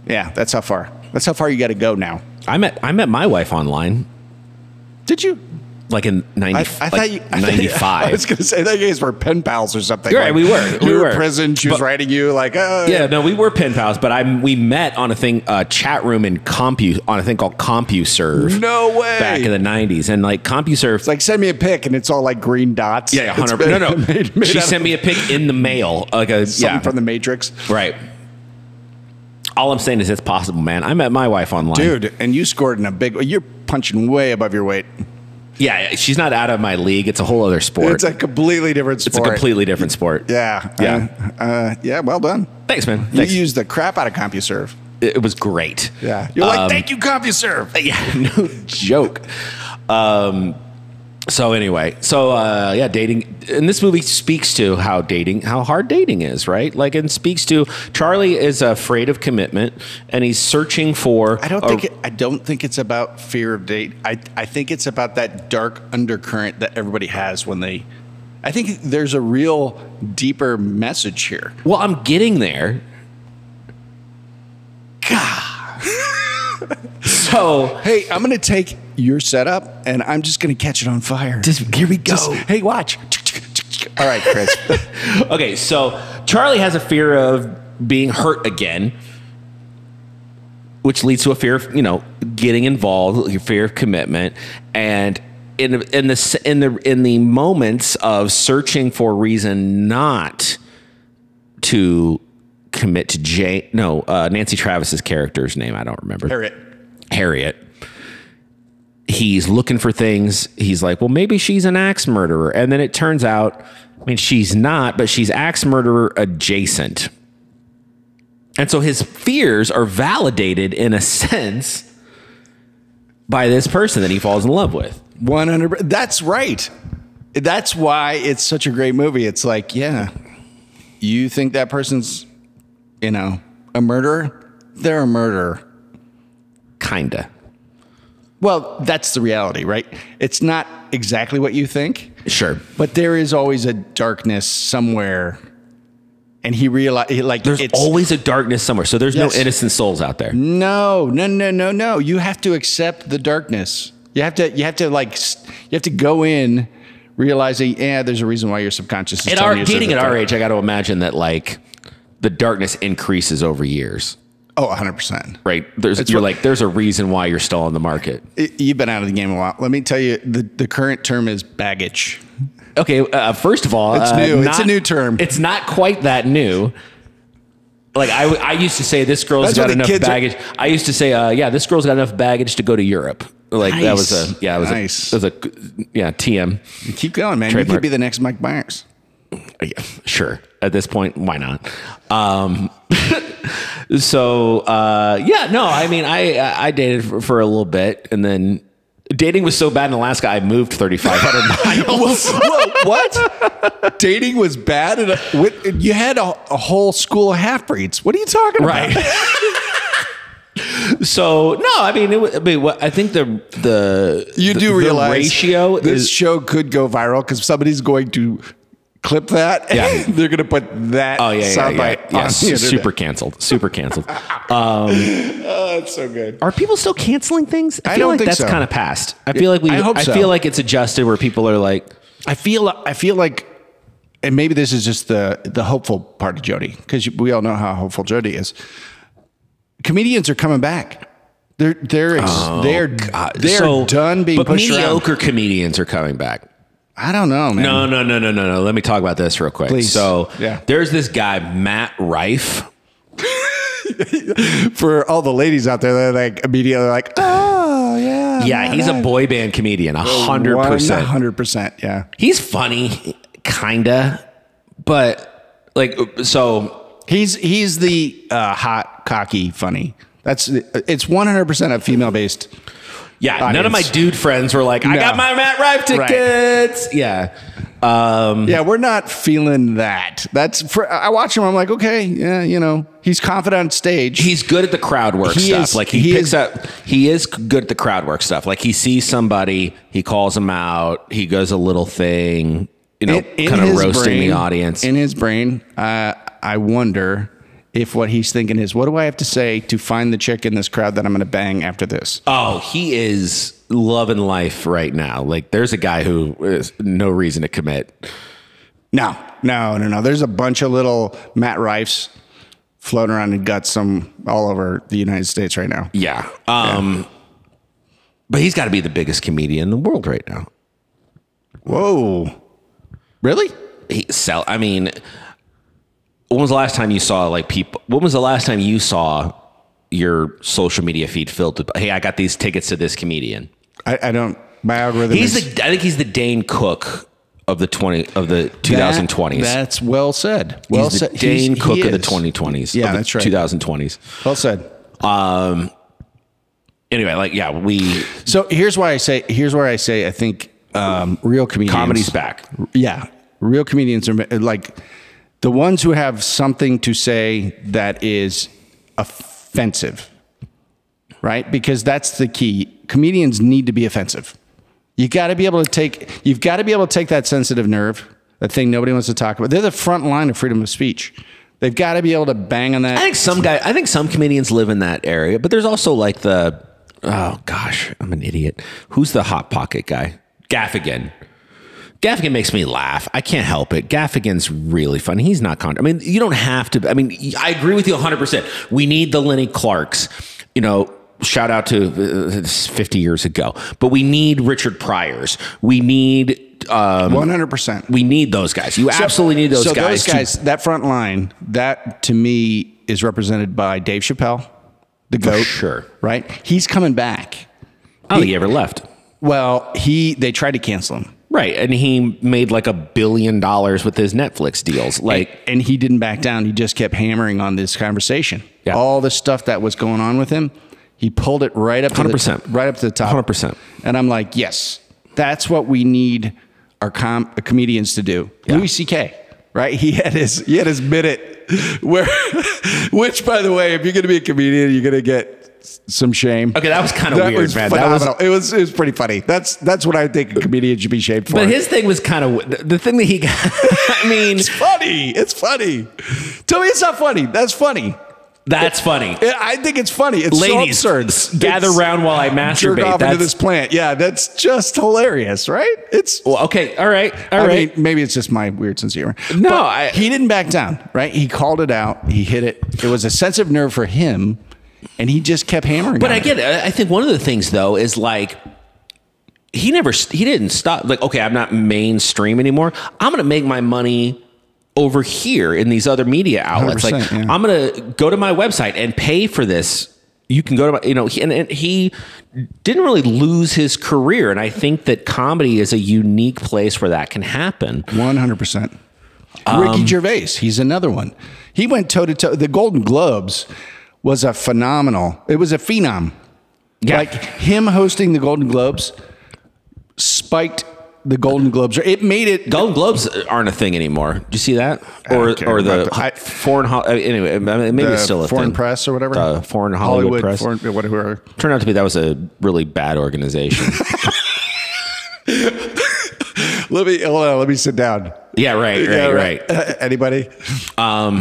Yeah, that's how far. That's how far you got to go now.
I met I met my wife online,
Did you?
like in ninety.
I, I
like
thought you. I thought you- I was
ninety-five.
going to say that you guys were pen pals or something.
Right, we were.
You
We
were,
were.
in prison. She was
But-
writing you like, uh,
Yeah, no, we were pen pals, but I we met on a thing, a chat room in Compu on a thing called CompuServe.
No way.
Back in the nineties, and like CompuServe,
It's like send me a pic, and it's all like green dots.
yeah, yeah,
It's
hundred.
made-
No, no,
made- made
she
out of
sent me a pic in the mail, like a
something
yeah,
from the Matrix,
right. All I'm saying is it's possible, man. I met my wife online,
dude. And you scored in a big. You're punching way above your weight.
Yeah, yeah, she's not out of my league. It's a whole other sport.
It's a completely different sport.
It's a completely different sport.
Yeah.
Yeah.
Uh, uh, yeah. Well done.
Thanks, man. Thanks.
You used the crap out of CompuServe.
it was great.
Yeah. You're like,
Um,
thank you, CompuServe.
Yeah, no joke. Um, so anyway, so uh, yeah, dating, and this movie speaks to how dating, how hard dating is, right? Like, and speaks to Charlie is afraid of commitment, and he's searching for.
I don't
a-
think it, I don't think it's about fear of date. I I think it's about that dark undercurrent that everybody has when they. I think there's a real deeper message here.
Well, I'm getting there. God. so
Hey, I'm gonna take your setup and I'm just gonna catch it on fire.
just here we go.
hey, watch. All right, Chris.
Okay, so Charlie has a fear of being hurt again, which leads to a fear of you know getting involved, your fear of commitment, and in in the s- in the in the moments of searching for a reason not to commit to Jay. No, uh, Nancy Travis's character's name I don't remember.
Parrot.
Harriet. he's looking for things. He's like, well, maybe she's an axe murderer. And then it turns out, I mean, she's not, but she's axe murderer adjacent. And so his fears are validated in a sense by this person that he falls in love with.
100 that's right that's why it's such a great movie it's like yeah you think that person's you know a murderer they're a murderer
Kinda.
well that's the reality right it's not exactly what you think
Sure.
but there is always a darkness somewhere and he realized like
There's
it's
always a darkness somewhere. So there's
Yes.
no innocent souls out there.
no no no no no you have to accept the darkness you have to you have to like s- you have to go in realizing yeah there's a reason why your subconscious is
At
telling
our,
you it's
dating
the
at our
dark-
age, I got to imagine that like the darkness increases over years,
Oh, 100%.
right? There's
It's
you're
what-
like there's a reason why you're still on the market.
I- You've been out of the game a while. Let me tell you, the, the current term is baggage.
Okay, uh, first of all,
It's
uh,
new. It's a new term.
It's not quite that new. Like I, w- I used to say, this girl's
That's what
got
the
enough
kids are-
baggage. I used to say, uh, yeah, this girl's got enough baggage to go to Europe. Like that was
Nice.
a yeah, it was
Nice.
a, it was a yeah TM.
Keep going, man. You
Trademark.
could be the next Mike Myers.
Uh, yeah, sure. At this point, why not? Um, so uh, yeah, no. I mean, I I I dated for, for a little bit, and then dating was so bad in Alaska, I moved thirty five hundred miles.
Whoa, what? Dating was bad? And what, you had a, a whole school of half breeds. What are you talking
right.
about?
so no, I mean, it, wa- I mean, what, I think the the
You
the-
do
the
realize
ratio
this
is
show could go viral because somebody's going to clip that. and
Yeah.
They're going to put that
oh yeah yeah,
soundbite
yeah, yeah,
on the
su-
internet.
super canceled super canceled.
Oh, that's so good.
Are people still canceling things? I,
I
feel
don't
like
think
that's
so.
kind of past. I feel like we.
I hope so.
feel like it's adjusted where people are like,
I feel I feel like, and maybe this is just the the hopeful part of Jody because we all know how hopeful Jody is. Comedians are coming back. They're they're ex- they're they're
so-
done being
but
pushed around.
mediocre comedians are coming back.
I don't know, man.
No, no, no, no, no, no. Let me talk about this real quick.
Please.
So
Yeah.
there's this guy, Matt Rife.
For all the ladies out there, they're like immediately like, oh yeah,
Yeah, he's a boy band comedian, a hundred percent.
hundred percent, yeah.
He's funny, kinda, but like so
He's he's the uh, hot, cocky, funny. That's it's one hundred percent a female based.
Mm-hmm. yeah, none of my
Audience.
dude friends were like, I
No.
got my Matt Rife
Right.
tickets. Yeah. Um,
Yeah, we're not feeling that. That's for, I watch him. I'm like, okay, yeah, you know, he's confident on stage.
He's good at the crowd work
He
stuff.
is-
like he,
he
picks
is-
up he is good at the crowd work stuff. Like he sees somebody, he calls them out, he goes a little thing, you know, kind of
his
roasting
brain-
the audience.
In his brain, uh, I wonder if what he's thinking is, what do I have to say to find the chick in this crowd that I'm going to bang after this?
Oh, he is loving life right now. Like, there's a guy who is no reason to commit.
No, no, no, no. There's a bunch of little Matt Rifes floating around in guts some all over the United States right now.
Yeah. Um, But he's got to be the biggest comedian in the world right now.
Whoa, really?
He sell. I mean, when was the last time you saw like people? When was the last time you saw your social media feed filled with? Hey, I got these tickets to this comedian.
I, I don't. My algorithm.
He's
is,
the. I think he's the Dane Cook of the twenty of the 2020s.
That- that's well said. Well
he's the
said.
Dane
He's-
Cook
he
of the
is.
2020s.
Yeah,
of the
that's right.
2020s.
Well said.
anyway, like yeah, we
So here's why I say here's where I say I think um, real comedians
comedy's back.
Yeah, real comedians are like the ones who have something to say that is offensive, right? Because that's the key. Comedians need to be offensive. You got to be able to take. You've got to be able to take that sensitive nerve, that thing nobody wants to talk about. They're the front line of freedom of speech. They've got to be able to bang on that.
I think some guy, I think some comedians live in that area, but there's also like the oh gosh, I'm an idiot. Who's the hot pocket guy? Gaffigan. Gaffigan makes me laugh. I can't help it. Gaffigan's really funny. He's not con. I mean, you don't have to. I mean, I agree with you 100%. We need the Lenny Clarks. You know, shout out to uh, this is 50 years ago. But we need Richard Pryors. We need um,
One hundred percent.
we need those guys. You absolutely need those
so
guys.
Those
to-
guys, that front line, that to me is represented by Dave Chappelle, the goat.
sure.
right? He's coming back.
oh, he ever left.
Well, he they tried to cancel him.
Right. And he made like a billion dollars with his Netflix deals. Like,
and he didn't back down. He just kept hammering on this conversation.
Yeah.
All the stuff that was going on with him, he pulled it right up to
100%.
the right up to the top.
100%.
And I'm like, "Yes. That's what we need our com- uh, comedians to do."
Yeah.
Louis CK, right? He had his he had his minute where which by the way, if you're going to be a comedian, you're going to get s- some shame.
Okay, that was kinda
That
weird,
was
man. That was-
phenomenal. it was it was pretty funny. That's that's what I think a comedian should be shamed for.
but his thing was kind of the, the thing that he got. I mean,
It's funny. It's funny. Tell me it's not funny. That's funny.
that's funny.
I I think it's funny. It's
Ladies,
so absurd.
s- gather
It's-
round while I
Jerk
masturbate.
off
That's,
into this plant. Yeah, that's just hilarious, right? It's.
well, okay. All right. all
I
right.
mean, maybe it's just my weird sense of humor.
No,
But
I-
he didn't back down. Right? He called it out. He hit it. It was a sense of nerve for him, and he just kept hammering.
But
on
I get it. I I think one of the things though is like he never he didn't stop like okay, I'm not mainstream anymore. I'm going to make my money over here in these other media outlets. Like
100%, yeah.
I'm going to go to my website and pay for this. You can go to my, you know, he, and, and he didn't really lose his career. And I think that comedy is a unique place where that can happen.
One hundred percent.
Um,
Ricky Gervais, he's another one. He went toe to toe. The Golden Globes was a phenomenal. It was a phenom.
Yeah.
Like him hosting the Golden Globes spiked the Golden Globes. It made it.
Golden Globes aren't a thing anymore. Do you see that? Or
don't care
or
about
the
that. I-
foreign ho- uh, anyway, I mean, maybe
the
it's still a
foreign
thing.
press or whatever.
Uh, foreign Hollywood, press.
Foreign, whatever.
Turned out to be that was a really bad organization.
Let me hold on. Let me sit down.
yeah, right, right,
Yeah,
right,
Anybody?
All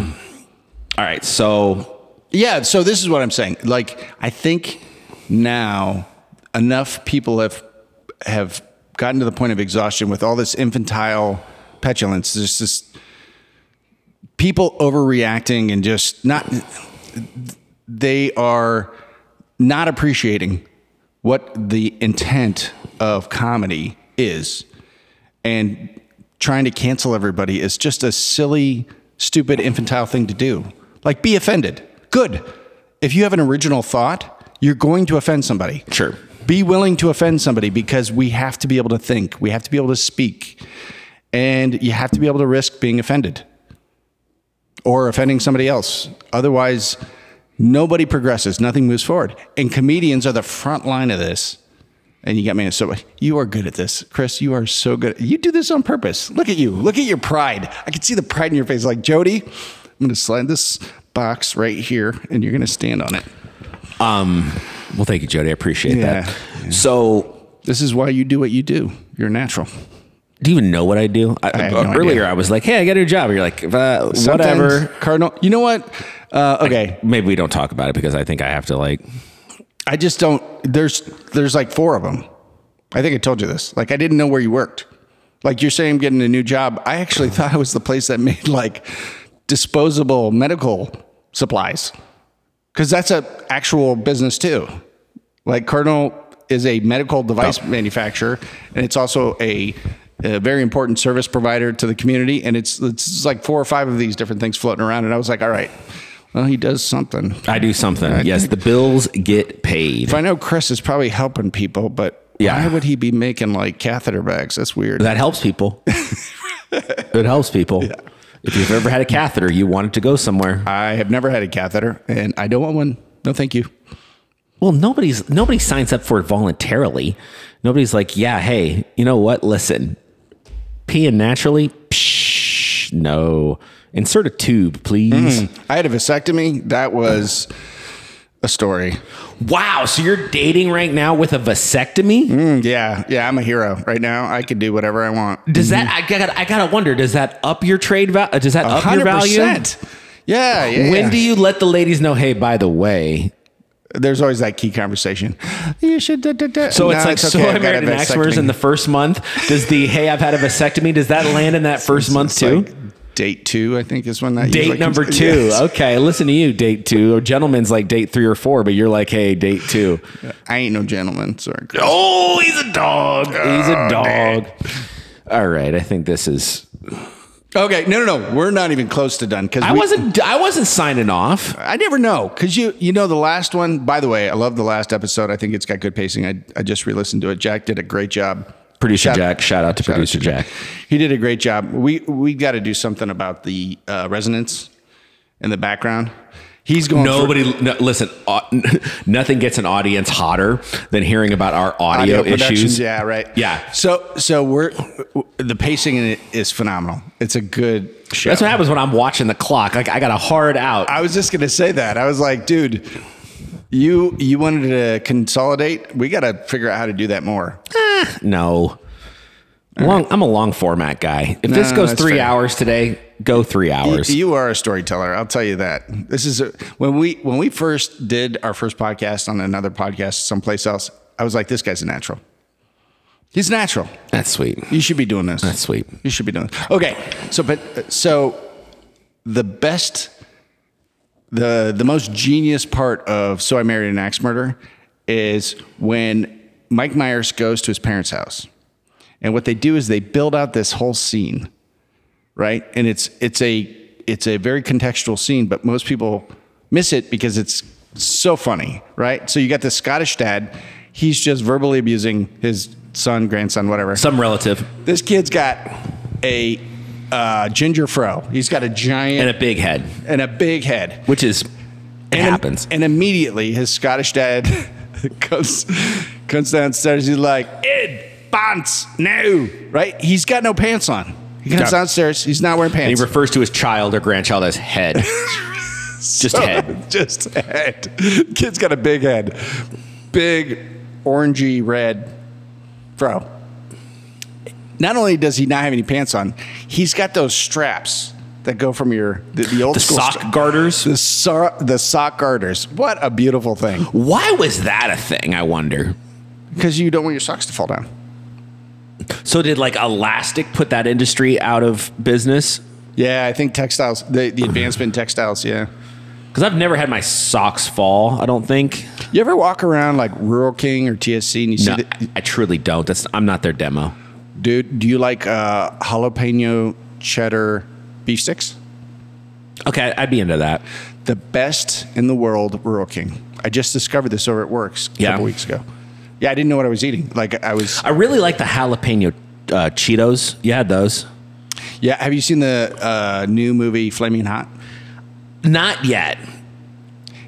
right. So
Yeah, so this is what I'm saying. Like I think now enough people have have gotten to the point of exhaustion with all this infantile petulance. There's this people overreacting and just not they are not appreciating what the intent of comedy is and trying to cancel everybody is just a silly, stupid, infantile thing to do. Like, be offended. Good. If you have an original thought, you're going to offend somebody.
Sure.
Be willing to offend somebody because we have to be able to think, we have to be able to speak, and you have to be able to risk being offended or offending somebody else. Otherwise, nobody progresses, nothing moves forward. And comedians are the front line of this. And you got me in so you are good at this, Chris. You are so good. You do this on purpose. Look at you. Look at your pride. I can see the pride in your face. Like Jody, I'm going to slide this box right here, and you're going to stand on it.
well thank you, Jody. I appreciate
Yeah.
that. So
This is why you do what you do. You're natural.
do you even know what I do? I,
have no
earlier
idea.
I was like, Hey, I got a new job. You're like, uh,
Sometimes,
whatever.
Cardinal. You know what? Uh, okay,
Maybe we don't talk about it because I think I have to like
I just don't. There's there's like four of them. I think I told you this. Like I didn't know where you worked. Like you're saying, I'm getting a new job. I actually thought it was the place that made like disposable medical supplies, because that's a actual business too. Like Cardinal is a medical device manufacturer, and it's also a, a very important service provider to the community. And it's it's like four or five of these different things floating around. And I was like, all right, well he does something.
I do something. yes, the bills get paid.
But I know Chris is probably helping people, but
Yeah.
why would he be making like catheter bags? That's weird.
That helps people. it helps people. If you've ever had a catheter, you want it to go somewhere.
I have never had a catheter and I don't want one. No, thank you.
Well, nobody's nobody signs up for it voluntarily. Nobody's like, yeah, hey, you know what? Listen, peeing naturally. Psh, no, insert a tube, please.
I had a vasectomy. That was a story.
Wow, so you're dating right now with a vasectomy?
Mm-hmm. Hmm, Yeah. Yeah. I'm a hero right now. I could do whatever I want.
Does that I gotta I gotta wonder? Does that up your trade value? Does that up your value?
Yeah. yeah
When
yeah.
do you let the ladies know? Hey, by the way,
There's always that key conversation. You should. Da, da, da.
so
No,
it's like so
okay.
I
got a
married an axe
vasectomy.
in the first month. Does the hey I've had a vasectomy? Does that land in that first month
It's
too?
like date two, I think, is when that
Date
usually comes-
number two. Oh.
Yes.
Okay, listen to you, date two. A gentleman's like date three or four, but you're like, hey, date two.
I ain't no gentleman. Sorry. Chris. Uh,
Oh,
Oh,
he's a dog. He's a dog. All right, I think this is.
Okay, no, no, no. We're not even close to done because
I wasn't. I wasn't signing off.
I never know because you you know the last one. By the way, I love the last episode. I think it's got good pacing. I I just re-listened to it. Jack did a great job.
Producer
Shout-
Jack. Shout out to
shout out
producer
to
Jack.
He did a great job. We we got to do something about the uh, resonance in the background. He's going. for-
Nobody no, listen. au- nothing gets an audience hotter than hearing about our audio,
audio
issues.
productions. Yeah, right.
Yeah.
So so we're the pacing in it is phenomenal. It's a good show.
That's what happens when I'm watching the clock. Like I got a hard out.
I was just gonna say that. I was like, dude, you you wanted to consolidate. We got to figure out how to do that more.
no. Long, I'm a long format guy. If this
No,
goes
that's
three
fair.
hours today, go three hours.
You, you are a storyteller. I'll tell you that. This is a, when we when we first did our first podcast on another podcast someplace else. I was like, this guy's a natural. He's natural.
That's sweet.
You should be doing this.
That's sweet.
You should be doing this. Okay. So, but so the best, the the most genius part of "So I Married an Axe Murderer" is when Mike Myers goes to his parents' house, and what they do is they build out this whole scene, right? And it's it's a it's a very contextual scene, but most people miss it because it's so funny, right? So you got this Scottish dad, he's just verbally abusing his son, grandson, whatever
Some relative
this kid's got a uh, ginger fro. He's got a
and
giant
a big head,
and a, big head.
which is it
And im-
happens.
And immediately his Scottish dad comes comes downstairs. He's like, Ed, pants, no. Right? He's got no pants on. He comes
Yeah.
downstairs. He's not wearing
and
pants.
he refers to his child or grandchild as head. Just head.
Just head. Kid's got a big head. Big orangey red fro. Not only does he not have any pants on, he's got those straps that go from your the, the old
The
school
sock
stra-
garters.
the, sor- the sock garters. What a beautiful thing!
Why was that a thing? I wonder.
Because you don't want your socks to fall down.
So did like Elastic put that industry out of business?
Yeah, I think textiles, the, the advancement in textiles. Yeah,
Because I've never had my socks fall. I don't think.
you ever walk around like Rural King or TSC and you
No,
see, the,
I, I truly don't. That's I'm not their demo.
dude, do you like uh, jalapeno cheddar beef sticks?
Okay, I'd be into that.
the best in the world rural king. I just discovered this over at Works a
Yeah.
couple weeks ago. Yeah, I didn't know what I was eating. Like I was.
I really like the jalapeno uh, Cheetos. You had those?
Yeah, have you seen the uh, new movie Flaming Hot?
Not yet,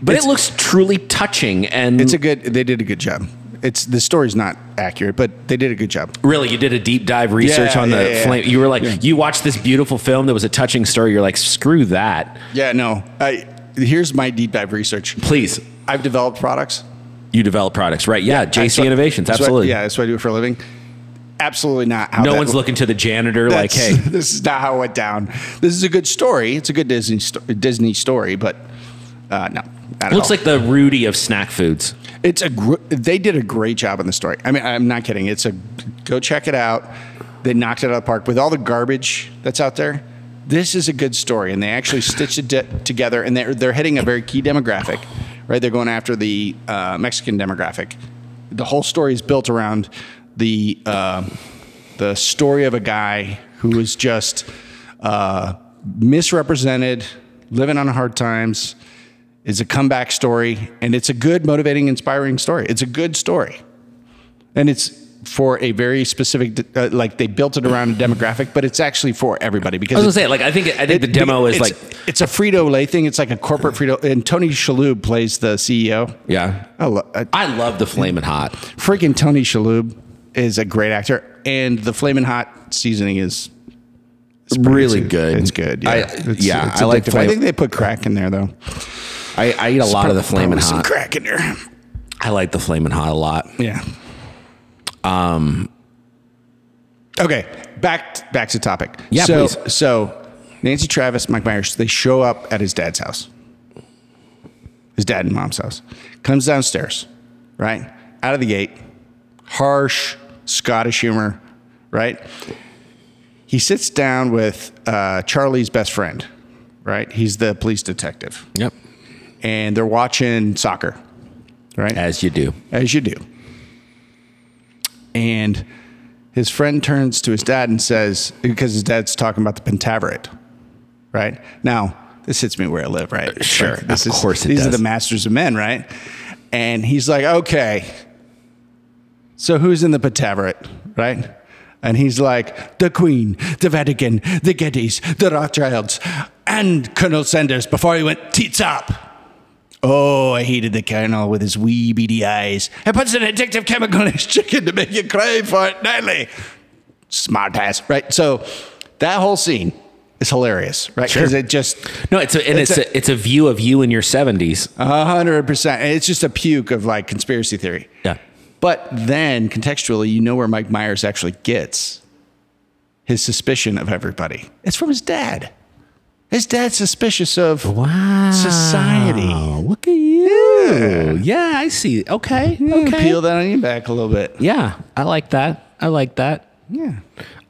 but
It's-
it looks truly touching. And
It's a good. They did a good job. It's the story's not accurate, but they did a good job.
really, you did a deep dive research
Yeah,
on the
yeah, yeah,
flame.
yeah.
You were like, you watched this beautiful film that was a touching story. You're like, screw that,
Yeah, no. I here's my deep dive research.
please.
I've developed products.
You develop products, right? Yeah,
I-
JC
so-
Innovations,
that's what-
absolutely.
yeah, that's what I do for a living. Absolutely not. How
no
that-
one's looking to the janitor like, hey,
That's- this is not how it went down. This is a good story. It's a good Disney sto- Disney story, but uh, no. not at
looks
all.
like the Rudy of snack foods.
It's a gr- they did a great job in the story. I mean, I'm not kidding. It's a go check it out. They knocked it out of the park with all the garbage that's out there. This is a good story, and they actually stitched it de- together. And they're they're hitting a very key demographic, right? They're going after the uh, Mexican demographic. The whole story is built around the uh, the story of a guy who was just uh, misrepresented, living on hard times is a comeback story and it's a good motivating inspiring story it's a good story and it's for a very specific uh, like they built it around a demographic but it's actually for everybody
I was
because
gonna say, like, I think I think the demo is
it's,
like,
it's a frito-lay thing it's like a corporate frito and tony shalhoub plays the ceo
yeah.
I lo- I-
I love the flaming hot.
freaking tony shalhoub is a great actor and the flaming hot seasoning is is pretty-
Really
it's-
good.
it's good yeah
I-
it's,
yeah,
it's
I like
addictive.
flam-
i think they put crack in there though
I, I eat a lot of the flaming
Probably some
hot.
crack in there
I like the flaming hot a lot.
Yeah. Um. Okay, back back to topic.
Yeah,
so,
please.
So, Nancy Travis, Mike Myers, they show up at his dad's house. His dad and mom's house. Comes downstairs, right out of the gate, harsh Scottish humor, right? He sits down with uh, Charlie's best friend, right? He's the police detective,
Yep.
and they're watching soccer, right?
As you do.
as you do. And His friend turns to his dad and says, because his dad's talking about the pentaveret, right? Now, this hits me where I live, right?
sure.
Like, this
Of
is-
course it
These are
does.
the masters of men, right? And he's like, okay, so who's in the pentaveret, right? And he's like, the Queen, the Vatican, the Gettys, the Rothschilds, and Colonel Sanders before he went teats up. Oh, I hated the colonel with his wee beady eyes. He puts an addictive chemical in his chicken to make you crave for it nightly. Smart ass, right? So that whole scene is hilarious, right? Because
Sure.
it just
No, it's a, and it's,
It's
a, it's a view of you in your seventies.
hundred percent. It's just a puke of like conspiracy theory.
Yeah.
But then contextually, you know where Mike Myers actually gets his suspicion of everybody. It's from his dad. His dad's suspicious of
Wow.
Society.
Look at you. Yeah, I see. Okay. okay.
peel that onion back a little bit.
Yeah, I like that. I like that.
Yeah.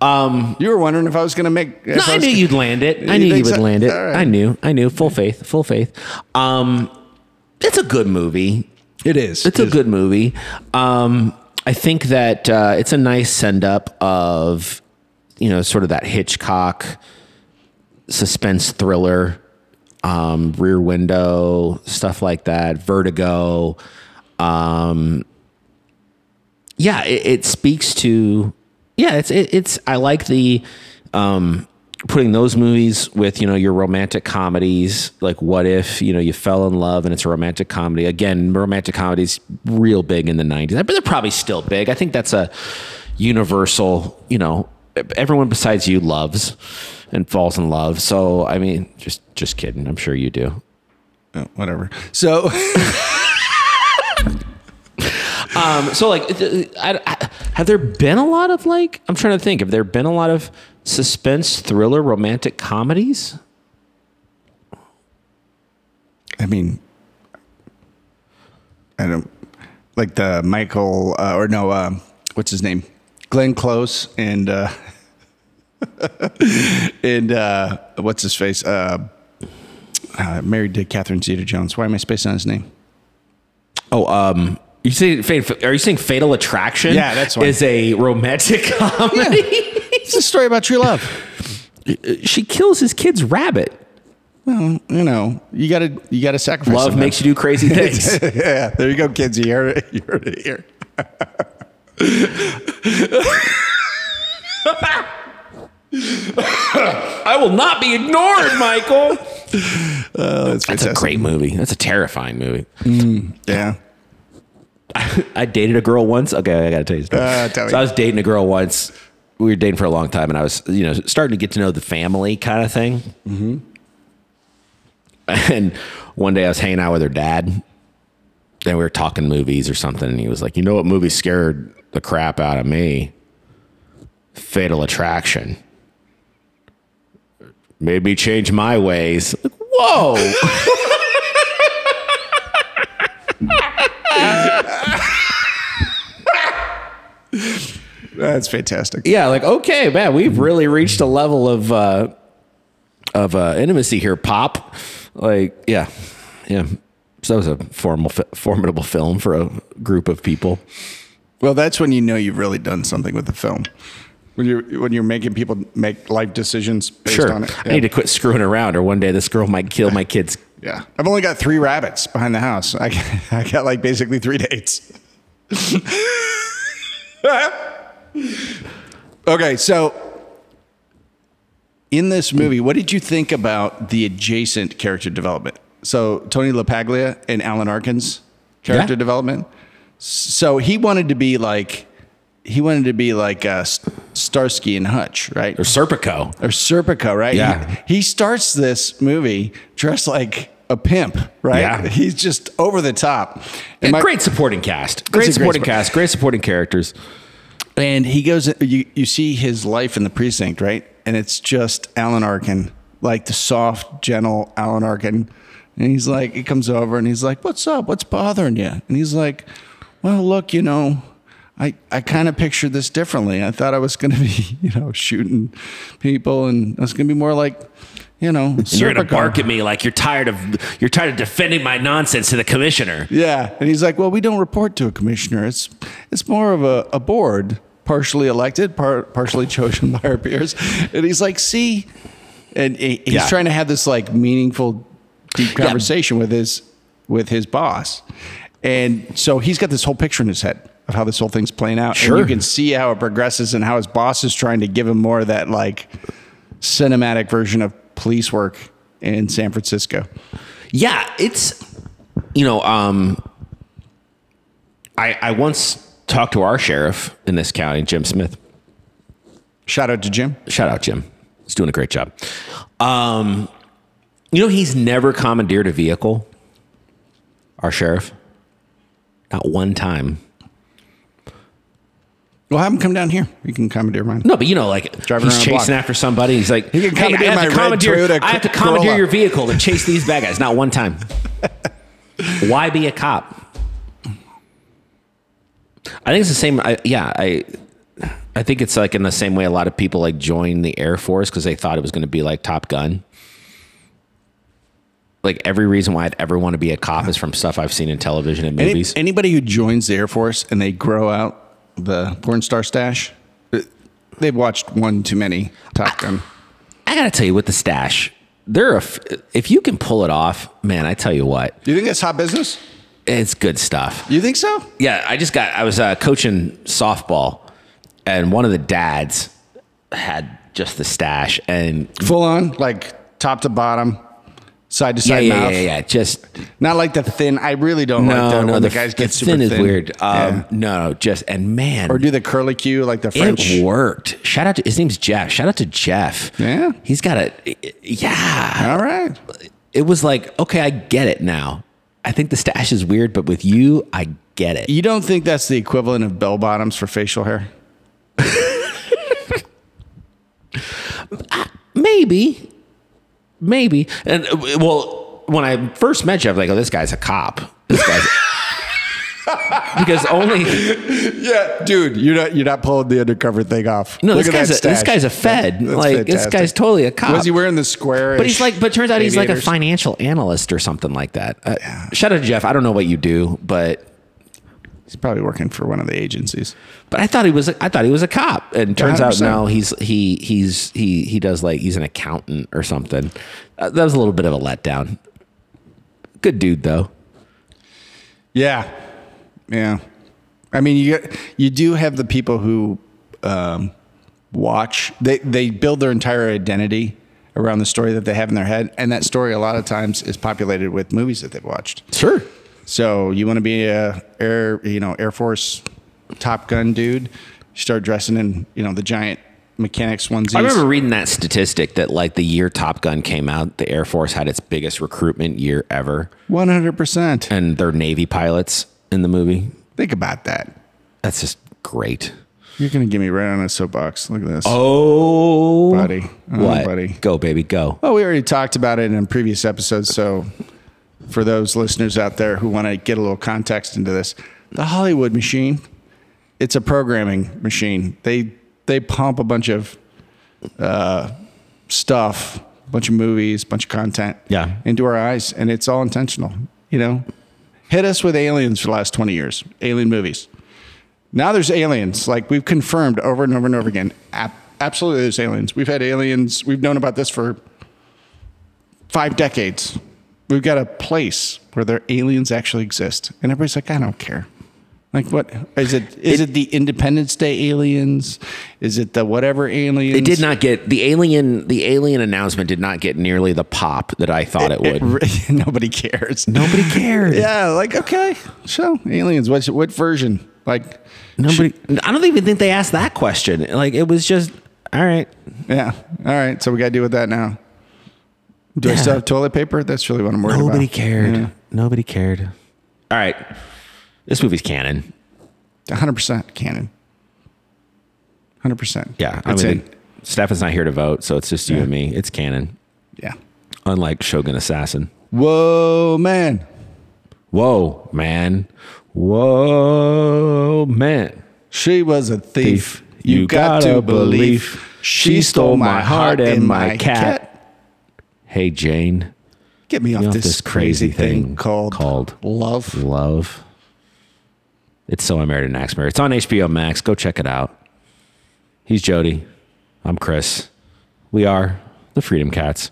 Um, you were wondering if I was going to make.
No, I knew you'd land it. I knew you
think
would
so?
land it.
All right.
I knew. I knew. Full faith. Full faith. Um, it's a good movie.
It is.
It's a good movie. Um, I think that uh, it's a nice send up of, you know, sort of that Hitchcock suspense thriller, um, Rear Window, stuff like that, Vertigo. Um, yeah, it, it speaks to. Yeah, it's it, it's. I like the um, putting those movies with you know your romantic comedies. Like, what if you know you fell in love and it's a romantic comedy? Again, romantic comedies real big in the nineties, but they're probably still big. I think that's a universal. You know, everyone besides you loves and falls in love. So, I mean, just just kidding. I'm sure you do.
Oh, Whatever. So
so like th- I, I- have there been a lot of like i'm trying to think have there been a lot of suspense thriller romantic comedies
I mean, I don't like the Michael uh, or no, um, what's his name, Glenn Close and uh, and uh, what's his face, uh, uh, married to Catherine Zeta-Jones. Why am I spacing on his name?
oh um you say are you saying fatal attraction
Yeah, that's one.
is a romantic comedy
It's a story about true love.
she kills his kid's rabbit
Well, you know, you gotta you gotta sacrifice.
love
something.
makes you do crazy things
yeah, there you go, kids. You heard it. You heard it here.
i will not be ignored michael
Oh,
that's a
that's fantastic.
great movie that's a terrifying movie
Yeah.
I dated a girl once. Okay, I gotta tell you a story.
Uh, tell
so
me.
I was dating a girl once. We were dating for a long time, and I was, you know, starting to get to know the family kind of thing.
Mm-hmm.
And one day I was hanging out with her dad, and we were talking movies or something. And he was like, "You know what movie scared the crap out of me? Fatal Attraction. Made me change my ways." Like, whoa.
That's fantastic.
yeah, like okay, man, we've really reached a level of uh, of uh, intimacy here, pop. Like, yeah, yeah. So that was a formal, fi- formidable film for a group of people.
Well, that's when you know you've really done something with the film. When you're when you're making people make life decisions based
Sure,
on it.
I need to quit screwing around, or one day this girl might kill my kids.
yeah. I've only got three rabbits behind the house. I got, I got like basically three dates. okay, so in this movie, what did you think about the adjacent character development? So Tony LaPaglia and Alan Arkin's character
Yeah.
development. So he wanted to be like he wanted to be like uh, S- Starsky and Hutch, right?
Or Serpico.
or Serpico, right?
Yeah.
He, he starts this movie dressed like a pimp, right?
Yeah.
He's just over the top. And, my-
great supporting cast. Great
great
supporting
support-
cast. Great supporting characters.
and he goes, you, you see his life in the precinct, right? And it's just Alan Arkin, like the soft, gentle Alan Arkin. And he's like, he comes over and he's like, what's up? What's bothering you? And he's like, well, look, you know, I, I kind of pictured this differently. I thought I was going to be, you know, shooting people and I was going to be more like, you know,
You're gonna
Serpico."
bark at me like you're tired of you're tired of defending my nonsense to the commissioner.
Yeah, and he's like, "Well, we don't report to a commissioner. It's it's more of a, a board partially elected, par- partially chosen by our peers. And he's like, see, and he- he's
Yeah.
trying to have this like meaningful, deep conversation with his with his boss, and so he's got this whole picture in his head of how this whole thing's playing out.
Sure.
and you can see how it progresses and how his boss is trying to give him more of that like cinematic version of police work in San Francisco.
Yeah, it's you know, um I I once talked to our sheriff in this county, Jim Smith.
Shout out to Jim.
Shout out Jim. He's doing a great job. Um you know he's never commandeered a vehicle. Our sheriff. Not one time.
Well, have him come down here. You can commandeer mine.
No, but you know, like
Driving
he's
around the
chasing
block.
after somebody. He's like,
He can
"Hey,
commandeer
I
my
have
red
to commandeer,
Toyota
I have to
Corolla."
commandeer your vehicle to chase these bad guys. Not one time. Why be a cop? I think it's the same. I, yeah, I, I think it's like in the same way a lot of people like joined the Air Force because they thought it was going to be like Top Gun. Like every reason why I'd ever want to be a cop is from stuff I've seen in television and
Any-
movies.
anybody who joins the Air Force and they grow out the porn star stash, uh, they've watched one too many Top Gun.
I gotta tell you, with the stash, there are. f- If you can pull it off, man, I tell you what,
Do you think that's hot business?
it's good stuff.
You think so?
Yeah, I just got. I was uh, coaching softball, and one of the dads had just the stash, and
Full on, like top to bottom, side to
yeah, yeah,
side
yeah,
mouth.
yeah, yeah, just
Not like the thin. I really don't like
no,
that
no.
when the,
f-
guys get
the
super
thin
thin.
is weird. Um,
Yeah.
No, no, just and man,
Or do the curly Q like the French?
it worked. Shout out to his name's Jeff. Shout out to Jeff.
Yeah.
he's got a yeah.
All right.
it was like, okay, I get it now. I think the stash is weird, but with you, I get it.
You don't think that's the equivalent of bell bottoms for facial hair?
Maybe, maybe. And uh, well, when I first met you, I was like, oh, this guy's a cop. This guy's because only
Yeah, dude, you're not you're not pulling the undercover thing off.
no, this
Look at
guy's
that
a, this
stash.
guy's a fed.
That's
like this
fantastic.
guy's totally a cop.
Was he wearing the square?
But he's like, but it turns out he's like a
aviators?
financial analyst or something like that. Uh, Shout out to Jeff. I don't know what you do, but
He's probably working for one of the agencies.
But I thought he was I thought he was a cop, and turns out
100%.
now he's he he's he he does like he's an accountant or something. Uh, that was a little bit of a letdown. Good dude though.
Yeah, yeah. I mean, you get, you do have the people who um, watch. They they build their entire identity around the story that they have in their head, and that story a lot of times is populated with movies that they've watched.
Sure.
So you want to be a air, you know, Air Force Top Gun dude? Start dressing in you know the giant mechanics onesies.
I remember reading that statistic that like the year Top Gun came out, the Air Force had its biggest recruitment year ever,
one hundred percent.
and they're Navy pilots in the movie.
Think about that.
That's just great.
You're gonna get me right on a soapbox. Look at this.
Oh,
Buddy. Oh,
what?
buddy.
Go baby, go.
Well, we already talked about it in previous episodes. So, for those listeners out there who want to get a little context into this, the Hollywood machine, it's a programming machine. They they pump a bunch of uh, stuff, a bunch of movies, a bunch of content,
Yeah.
into our eyes, and it's all intentional. You know, hit us with aliens for the last twenty years, alien movies. Now there's aliens. Like we've confirmed over and over and over again. Ab- absolutely, there's aliens. We've had aliens. We've known about this for five decades. We've got a place where their aliens actually exist, and everybody's like, I don't care. Like what is it? Is it, the Independence Day aliens? Is it the whatever aliens?
It did not get the alien. The alien announcement did not get nearly the pop that I thought it, would.
It re- nobody cares.
Nobody cared.
Yeah, like okay, so aliens. What what version? Like
Nobody. I don't even think they asked that question. Like it was just all right.
Yeah. All right. So we got to deal with that now. Do I
Yeah.
still have toilet paper? That's really what I'm worried
Nobody
about.
cared. Nobody cared. All right. This movie's canon.
Yeah. 100% canon. 100%.
Yeah, I
It's
mean,
in.
Stefan's not here to vote, so it's just you and me. It's canon.
Yeah.
Unlike Shogun Assassin.
Whoa, man.
Whoa, man. Whoa, man.
She was a thief.
Thief. You gotta believe. She stole my heart and my cat. Hey, Jane.
Get me off,
off
this, crazy thing, called
called
love.
Love. It's so I married an axe murderer. It's on HBO Max. Go check it out. He's Jody. I'm Chris. We are the Freedom Cats.